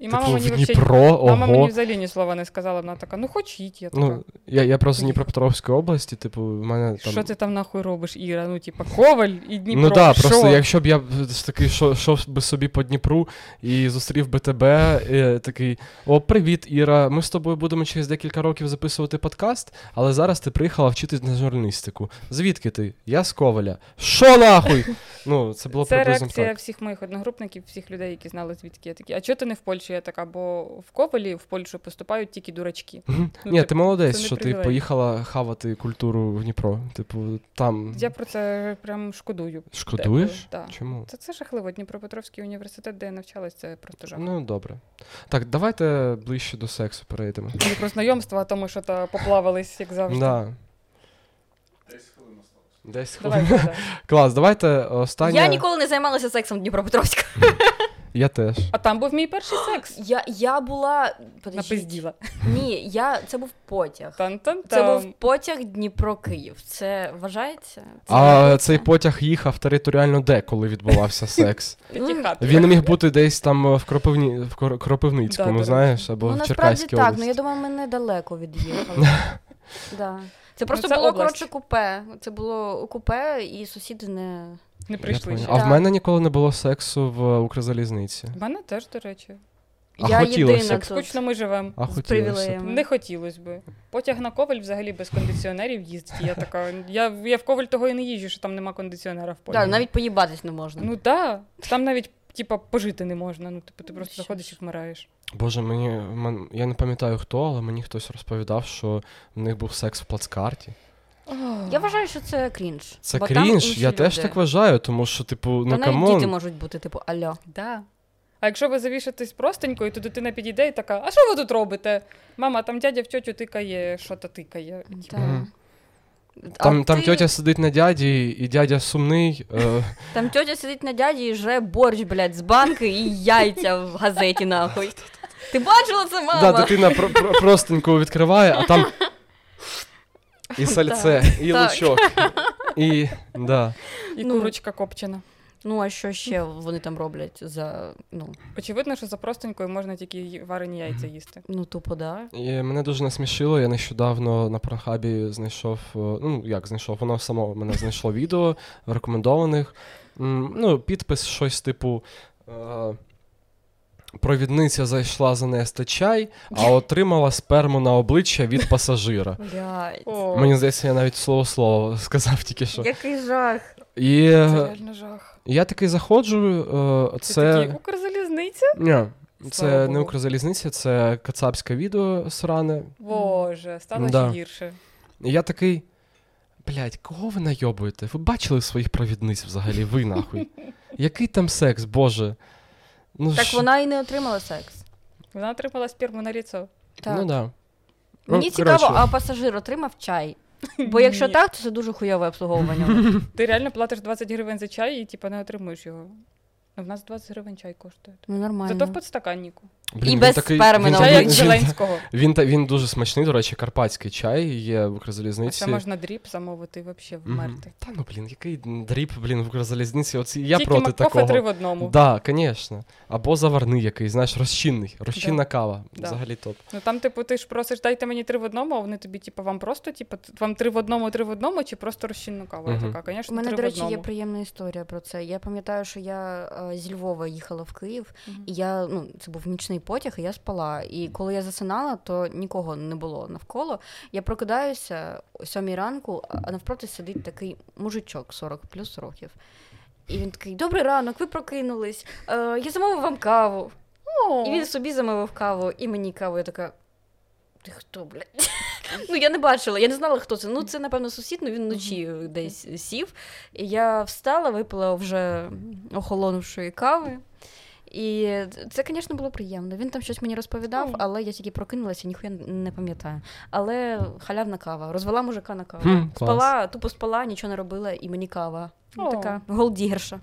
[SPEAKER 2] І мама
[SPEAKER 3] типу,
[SPEAKER 2] мені
[SPEAKER 3] в
[SPEAKER 2] взагалі-
[SPEAKER 3] Дніпро,
[SPEAKER 2] мама
[SPEAKER 3] ого.
[SPEAKER 2] мені взагалі ні слова не сказала. Вона така, ну хоч їдь, я така.
[SPEAKER 3] Ну, я, я просто з Дніпропетровської області, типу, в мене там.
[SPEAKER 2] Що ти там нахуй робиш, Іра? Ну, типа, Коваль і Дніпро.
[SPEAKER 3] ну так, да, просто
[SPEAKER 2] що?
[SPEAKER 3] якщо б я б з такий шо- шов би собі по Дніпру і зустрів би тебе, е, такий: О, привіт, Іра. Ми з тобою будемо через декілька років записувати подкаст, але зараз ти приїхала вчитись на журналістику. Звідки ти? Я з Ковеля. Що нахуй? Ну, це було
[SPEAKER 2] Це
[SPEAKER 3] приблизно
[SPEAKER 2] реакція
[SPEAKER 3] так.
[SPEAKER 2] всіх моїх одногрупників, всіх людей, які знали, звідки я такі. А чого ти не в Польщі? Я така, бо в Ковалі в Польщу поступають тільки дурачки.
[SPEAKER 3] Мгм.
[SPEAKER 2] Ну,
[SPEAKER 3] Ні,
[SPEAKER 2] типу,
[SPEAKER 3] ти молодець,
[SPEAKER 2] це не
[SPEAKER 3] що ти
[SPEAKER 2] привілей.
[SPEAKER 3] поїхала хавати культуру в Дніпро. Типу, там
[SPEAKER 2] Я про це прям шкодую.
[SPEAKER 3] шкодуєш?
[SPEAKER 2] Так.
[SPEAKER 3] Чому?
[SPEAKER 2] Це, це жахливо. Дніпропетровський університет, де я навчалась, це просто жах.
[SPEAKER 3] Ну, добре. Так, давайте ближче до сексу перейдемо.
[SPEAKER 2] Не про знайомства, а тому, що та поплавались, як завжди.
[SPEAKER 3] Да. Десь
[SPEAKER 2] Давай,
[SPEAKER 3] хвилин.
[SPEAKER 2] Влада.
[SPEAKER 3] Клас, давайте останнє.
[SPEAKER 1] Я ніколи не займалася сексом в Дніпропетровську.
[SPEAKER 3] Я теж.
[SPEAKER 2] а там був мій перший секс.
[SPEAKER 1] Я, я була. Подожди.
[SPEAKER 2] Напизділа.
[SPEAKER 1] Ні, я... це був потяг.
[SPEAKER 2] Тан-тан-тан.
[SPEAKER 1] Це був потяг Дніпро-Київ. Це вважається? Це
[SPEAKER 3] А
[SPEAKER 1] вважається?
[SPEAKER 3] цей потяг їхав територіально де, коли відбувався секс.
[SPEAKER 2] П'ятихатка.
[SPEAKER 3] Він міг бути десь там в Кропивні... в Кор-
[SPEAKER 2] Да,
[SPEAKER 3] Кропивницькому,
[SPEAKER 2] до речі.
[SPEAKER 3] знаєш, або
[SPEAKER 1] ну,
[SPEAKER 3] в
[SPEAKER 1] насправді
[SPEAKER 3] Черкаській
[SPEAKER 1] так, ну я
[SPEAKER 3] області.
[SPEAKER 1] думаю, ми недалеко від'їхали. да. Ну, Це просто
[SPEAKER 2] це
[SPEAKER 1] було
[SPEAKER 2] область.
[SPEAKER 1] коротше купе. Це було купе, і сусіди не.
[SPEAKER 2] Не
[SPEAKER 3] Я
[SPEAKER 2] прийшли.
[SPEAKER 3] поняв.
[SPEAKER 2] ще.
[SPEAKER 3] А в
[SPEAKER 1] Так.
[SPEAKER 3] мене ніколи не було сексу в е, Укрзалізниці.
[SPEAKER 2] В мене теж, до речі.
[SPEAKER 3] А
[SPEAKER 1] я
[SPEAKER 3] хотілося
[SPEAKER 1] єдина
[SPEAKER 3] б.
[SPEAKER 1] тут
[SPEAKER 2] Скучно ми живемо.
[SPEAKER 3] А
[SPEAKER 1] з
[SPEAKER 3] хотілося.
[SPEAKER 1] привілеями.
[SPEAKER 2] Не хотілося би. Потяг на коваль взагалі без кондиціонерів їздить. Я така, я, я в коваль того і не їжджу, що там нема кондиціонера в полі.
[SPEAKER 1] Да, навіть поїбатись не можна.
[SPEAKER 2] Ну так, да. там навіть типа пожити не можна. Ну, типу, ти просто
[SPEAKER 1] Що ж.
[SPEAKER 2] заходиш і вмираєш.
[SPEAKER 3] Боже, мені мен- я не пам'ятаю хто, але мені хтось розповідав, що в них був секс в плацкарті.
[SPEAKER 1] Я вважаю, що це крінж.
[SPEAKER 3] Це
[SPEAKER 1] бо там
[SPEAKER 3] крінж,
[SPEAKER 1] інші
[SPEAKER 3] я теж
[SPEAKER 1] люди.
[SPEAKER 3] так вважаю, тому що, типу,
[SPEAKER 1] Та
[SPEAKER 3] ну
[SPEAKER 1] навіть діти
[SPEAKER 3] камон.
[SPEAKER 1] можуть бути, типу, альо.
[SPEAKER 2] Да. А якщо ви завішатесь простенькою, то дитина підійде і така: А що ви тут робите? Мама, там дядя в тьотю тикає, що то тикає.
[SPEAKER 1] Та.
[SPEAKER 3] Мгм. Там,
[SPEAKER 1] а
[SPEAKER 3] там
[SPEAKER 1] ти-
[SPEAKER 3] тьотя сидить на дяді, і дядя сумний. Е,
[SPEAKER 1] Там тьотя сидить на дяді і жре борщ, блядь, з банки і яйця в газеті, нахуй. Ти бачила це, мама?
[SPEAKER 3] да, дитина про, про, простеньку відкриває, а там. І сальце, і
[SPEAKER 1] так.
[SPEAKER 3] лучок. І, да.
[SPEAKER 2] І
[SPEAKER 1] Ну.
[SPEAKER 2] курочка копчена.
[SPEAKER 1] Ну, а що ще вони там роблять за. Ну,
[SPEAKER 2] Очевидно, що за простенькою можна тільки й- варені яйця їсти.
[SPEAKER 1] ну тупо, да.
[SPEAKER 3] І мене дуже насмішило. Я нещодавно на Порнхабі знайшов. е, Ну, як знайшов, воно само мене знайшло відео рекомендованих. М, Ну, підпис щось типу. е, Провідниця зайшла занести чай, а отримала сперму на обличчя від пасажира.
[SPEAKER 1] Блядь.
[SPEAKER 2] О,
[SPEAKER 3] Мені здається, я навіть слово слово сказав тільки що.
[SPEAKER 1] Який жах.
[SPEAKER 3] І
[SPEAKER 2] це
[SPEAKER 3] е,
[SPEAKER 2] реально жах.
[SPEAKER 3] я такий заходжу. е,
[SPEAKER 2] Це,
[SPEAKER 3] Це
[SPEAKER 2] такий Укрзалізниця?
[SPEAKER 3] Ні,
[SPEAKER 2] Слава
[SPEAKER 3] це
[SPEAKER 2] Богу.
[SPEAKER 3] не Укрзалізниця, це кацапське відео сране.
[SPEAKER 2] Боже, стало
[SPEAKER 3] Да.
[SPEAKER 2] ще гірше.
[SPEAKER 3] І я такий. Блять, кого ви найобуєте? Ви бачили своїх провідниць взагалі? Ви нахуй? Який там секс, боже? Ну,
[SPEAKER 1] Так
[SPEAKER 3] ж-
[SPEAKER 1] вона і не отримала секс.
[SPEAKER 2] Вона отримала сперму на ліцо.
[SPEAKER 1] Так.
[SPEAKER 3] Ну да.
[SPEAKER 1] Мені
[SPEAKER 3] Ну,
[SPEAKER 1] цікаво,
[SPEAKER 3] коротше.
[SPEAKER 1] а пасажир отримав чай. Бо якщо
[SPEAKER 2] Ні.
[SPEAKER 1] так, то це дуже хуйове обслуговування. у них.
[SPEAKER 2] Ти реально платиш 20 гривень за чай і типу, не отримуєш його. Ну, в нас 20 гривень чай коштує.
[SPEAKER 1] Ну,
[SPEAKER 2] Зато в
[SPEAKER 1] нормально.
[SPEAKER 2] подстаканнику.
[SPEAKER 1] І без сперми на
[SPEAKER 3] він,
[SPEAKER 1] обличчі.
[SPEAKER 2] Чай як
[SPEAKER 3] він, він,
[SPEAKER 2] Зеленського.
[SPEAKER 3] він, та- він дуже смачний, до речі, карпатський чай є в
[SPEAKER 2] А
[SPEAKER 3] Укрзалізниці.
[SPEAKER 2] це можна дріб замовити і взагалі
[SPEAKER 3] Ну, Мгм.
[SPEAKER 2] вмерти.
[SPEAKER 3] Та ну блін, який дріб, блін, в Укрзалізниці. Оці я
[SPEAKER 2] Тільки
[SPEAKER 3] проти
[SPEAKER 2] Маккофе
[SPEAKER 3] такого.
[SPEAKER 2] три в одному.
[SPEAKER 3] Да, звісно. Або заварний який, знаєш, розчинний, розчинна кава.
[SPEAKER 2] Да.
[SPEAKER 3] Взагалі топ.
[SPEAKER 2] Ну там, типу, ти ж просиш, дайте мені три в одному, а вони тобі, типу, вам просто, типу, т- вам три в одному, три в одному, чи просто розчинну каву. Я
[SPEAKER 3] Мгм.
[SPEAKER 2] Така,
[SPEAKER 1] У
[SPEAKER 2] звісно,
[SPEAKER 1] мене,
[SPEAKER 2] три
[SPEAKER 1] до
[SPEAKER 2] в
[SPEAKER 1] речі, є
[SPEAKER 2] одному.
[SPEAKER 1] приємна історія про це. Я пам'ятаю, що я е, зі Львова їхала в Київ,
[SPEAKER 2] Мгм.
[SPEAKER 1] і я ну це був нічний потяг, і я спала. І коли я засинала, то нікого не було навколо. Я прокидаюся о сьомій ранку, а навпроти сидить такий мужичок 40 плюс років. І він такий: Добрий ранок, ви прокинулись. Е, я замовив вам каву.
[SPEAKER 2] О,
[SPEAKER 1] І він собі замовив каву, і мені каву. Я така. Ти хто, блядь? Ну, я не бачила, я не знала, хто це. Ну, це, напевно, сусід, ну він вночі десь сів. І я встала, випила вже охолонувшої кави. І це, звісно, було приємно. Він там щось мені розповідав,
[SPEAKER 2] Ой.
[SPEAKER 1] але я тільки прокинулася, ніхуя не пам'ятаю. Але халявна кава. Розвела мужика на каву.
[SPEAKER 3] Хм, клас.
[SPEAKER 1] Спала, тупо спала, нічого не робила, і мені кава. Ну,
[SPEAKER 2] О.
[SPEAKER 1] така голдігерша.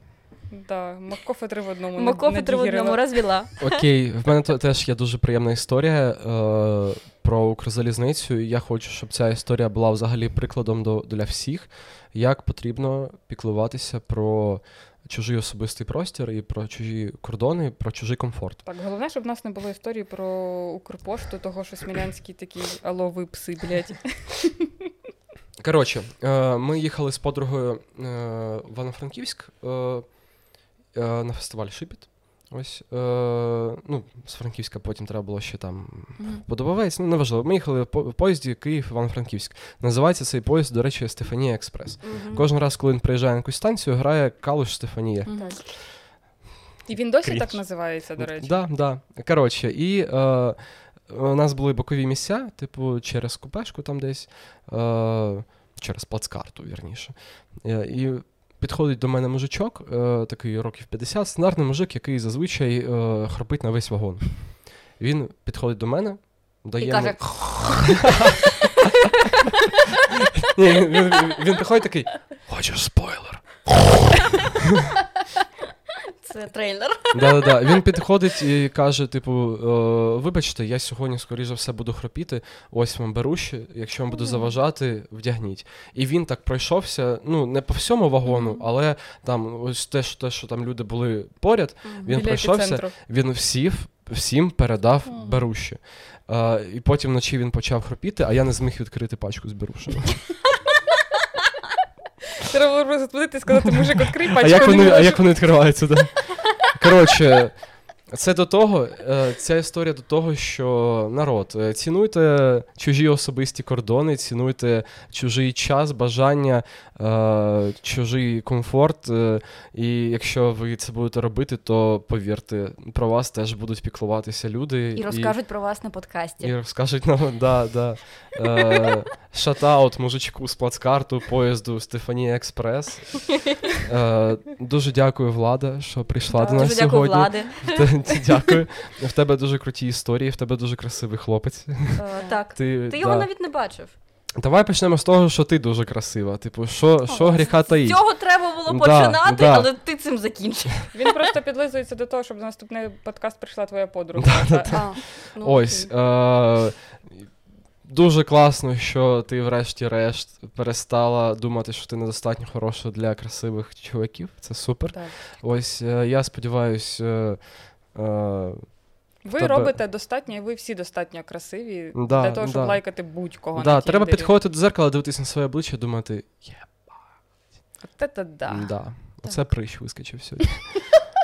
[SPEAKER 2] да, Маккофе три в одному. не-
[SPEAKER 1] Макофи
[SPEAKER 2] не
[SPEAKER 1] три в одному
[SPEAKER 2] дігірила.
[SPEAKER 1] розвіла.
[SPEAKER 3] Окей, в мене те- теж є дуже приємна історія е, про Укрзалізницю. і Я хочу, щоб ця історія була взагалі прикладом до, для всіх, як потрібно піклуватися про чужий особистий простір і про чужі кордони, про чужий комфорт.
[SPEAKER 2] Так, головне, щоб в нас не було історії про Укрпошту, того, що Смілянський такий, алло, ви пси, блядь.
[SPEAKER 3] Коротше, е, ми їхали з подругою е, в Івано-Франківськ е, е, на фестиваль Шипіт. Ось, е, ну, з Франківська потім треба було ще там Подобавець, ну неважливо. Ми їхали по- в поїзді Київ Івано-Франківськ. Називається цей поїзд, до речі, Стефанія Експрес.
[SPEAKER 1] Мгм.
[SPEAKER 3] Кожен раз, коли він приїжджає на якусь станцію, грає Калуш Стефанія.
[SPEAKER 1] Так.
[SPEAKER 2] І він досі
[SPEAKER 3] Крінж. Ну,
[SPEAKER 2] так називається, до речі.
[SPEAKER 3] Да, да. Коротше, і е, у нас були бокові місця, типу, через купешку там десь, е, через плацкарту, вірніше. Е, і підходить до мене мужичок, е, такий років 50, стандартний мужик, який зазвичай е, хропить на весь вагон. Він підходить до мене, дає.
[SPEAKER 1] І
[SPEAKER 3] м-
[SPEAKER 1] каже,
[SPEAKER 3] Ні, він, він- він приходить такий. Хочеш спойлер?
[SPEAKER 1] це трейлер.
[SPEAKER 3] Да-да-да. Він підходить і каже: типу, «Е, вибачте, я сьогодні, скоріше за все, буду хропіти. Ось вам беруші. Якщо вам буду заважати, вдягніть. І він так пройшовся, ну не по всьому вагону, але там ось те, що те, що там люди були поряд, він
[SPEAKER 2] Біля
[SPEAKER 3] пройшовся,
[SPEAKER 2] епіцентру.
[SPEAKER 3] він всів, всім передав беруші. Е, і потім вночі він почав хропіти, а я не зміг відкрити пачку з берушами.
[SPEAKER 2] Треба просто подивитися і сказати, мужик, відкрий пачку.
[SPEAKER 3] А як
[SPEAKER 2] він
[SPEAKER 3] вони, а
[SPEAKER 2] може-
[SPEAKER 3] як вони відкриваються, да? Коротше, це до того, е, ця історія до того, що народ, е, цінуйте чужі особисті кордони, цінуйте чужий час, бажання, е, чужий комфорт. е, І якщо ви це будете робити, то повірте, про вас теж будуть піклуватися люди
[SPEAKER 1] І розкажуть про вас на подкасті.
[SPEAKER 3] і розкажуть нам, «Ну, да, да. Е, шатаут мужичку з плацкарту, поїзду Стефанія Експрес. Е, дуже дякую, влада, що прийшла
[SPEAKER 2] Да,
[SPEAKER 3] до нас
[SPEAKER 1] Дуже дякую
[SPEAKER 3] сьогодні.
[SPEAKER 1] влади.
[SPEAKER 3] Т- Дякую. В тебе дуже круті історії, в тебе дуже красивий хлопець.
[SPEAKER 1] Е, Так.
[SPEAKER 3] Ти,
[SPEAKER 1] Ти його
[SPEAKER 3] да.
[SPEAKER 1] навіть не бачив.
[SPEAKER 3] Давай почнемо з того, що ти дуже красива. Типу, що, що гріха таїть?
[SPEAKER 1] Цього треба було
[SPEAKER 3] Да,
[SPEAKER 1] починати,
[SPEAKER 3] да.
[SPEAKER 1] але ти цим закінчив.
[SPEAKER 2] Він просто підлизується до того, щоб на наступний подкаст прийшла твоя подруга. Та-
[SPEAKER 1] А, ну,
[SPEAKER 3] Ось.
[SPEAKER 1] окей.
[SPEAKER 3] Е- дуже класно, що ти, врешті-решт, перестала думати, що ти недостатньо хороша для красивих чуваків. Це супер.
[SPEAKER 2] Так.
[SPEAKER 3] Ось е, я сподіваюсь. Е- е,
[SPEAKER 2] Ви
[SPEAKER 3] Тебе-
[SPEAKER 2] робите достатньо, і ви всі достатньо красиві
[SPEAKER 3] Да,
[SPEAKER 2] для того, щоб
[SPEAKER 3] да.
[SPEAKER 2] лайкати будь-кого.
[SPEAKER 3] да,
[SPEAKER 2] на
[SPEAKER 3] треба
[SPEAKER 2] Тіндері.
[SPEAKER 3] підходити до зеркала, дивитися на своє обличчя, і думати, є.
[SPEAKER 2] Та-та да.
[SPEAKER 3] Да. Оце прищ вискочив сьогодні.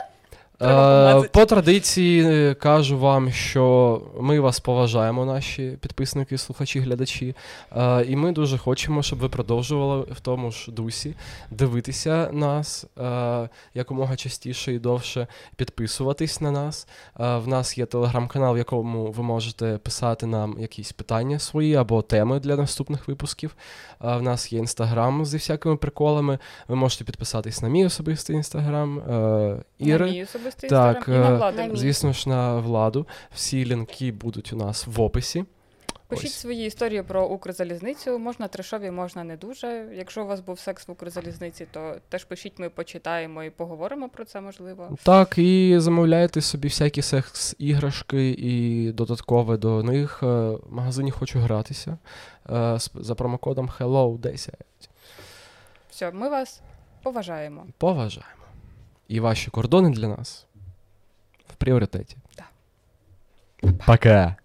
[SPEAKER 2] Треба
[SPEAKER 3] Е,
[SPEAKER 2] помазати.
[SPEAKER 3] По традиції е, кажу вам, що ми вас поважаємо, наші підписники, слухачі, глядачі. Е, І ми дуже хочемо, щоб ви продовжували в тому ж дусі дивитися нас е, якомога частіше і довше, підписуватись на нас. Е, В нас є телеграм-канал, в якому ви можете писати нам якісь питання свої або теми для наступних випусків. Е, В нас є інстаграм зі всякими приколами. Ви можете підписатись на мій особистий інстаграм е,
[SPEAKER 2] На
[SPEAKER 3] Іри.
[SPEAKER 2] мій особистий
[SPEAKER 3] Так,
[SPEAKER 2] інстаграм і на
[SPEAKER 3] е,
[SPEAKER 2] влади.
[SPEAKER 1] На мій.
[SPEAKER 3] Звісно ж, на владу. Всі лінки будуть у нас в описі.
[SPEAKER 2] Пишіть
[SPEAKER 3] Ось.
[SPEAKER 2] свої історії про Укрзалізницю. Можна трешові, можна не дуже. Якщо у вас був секс в Укрзалізниці, то теж пишіть, ми почитаємо і поговоримо про це, можливо.
[SPEAKER 3] Так, і замовляйте собі всякі секс-іграшки і додаткове до них. Е, В магазині хочу гратися е, з- за промокодом Hello10.
[SPEAKER 2] Все, ми вас поважаємо.
[SPEAKER 3] Поважаємо. І ваші кордони для нас в пріоритеті.
[SPEAKER 2] Так.
[SPEAKER 3] Пока.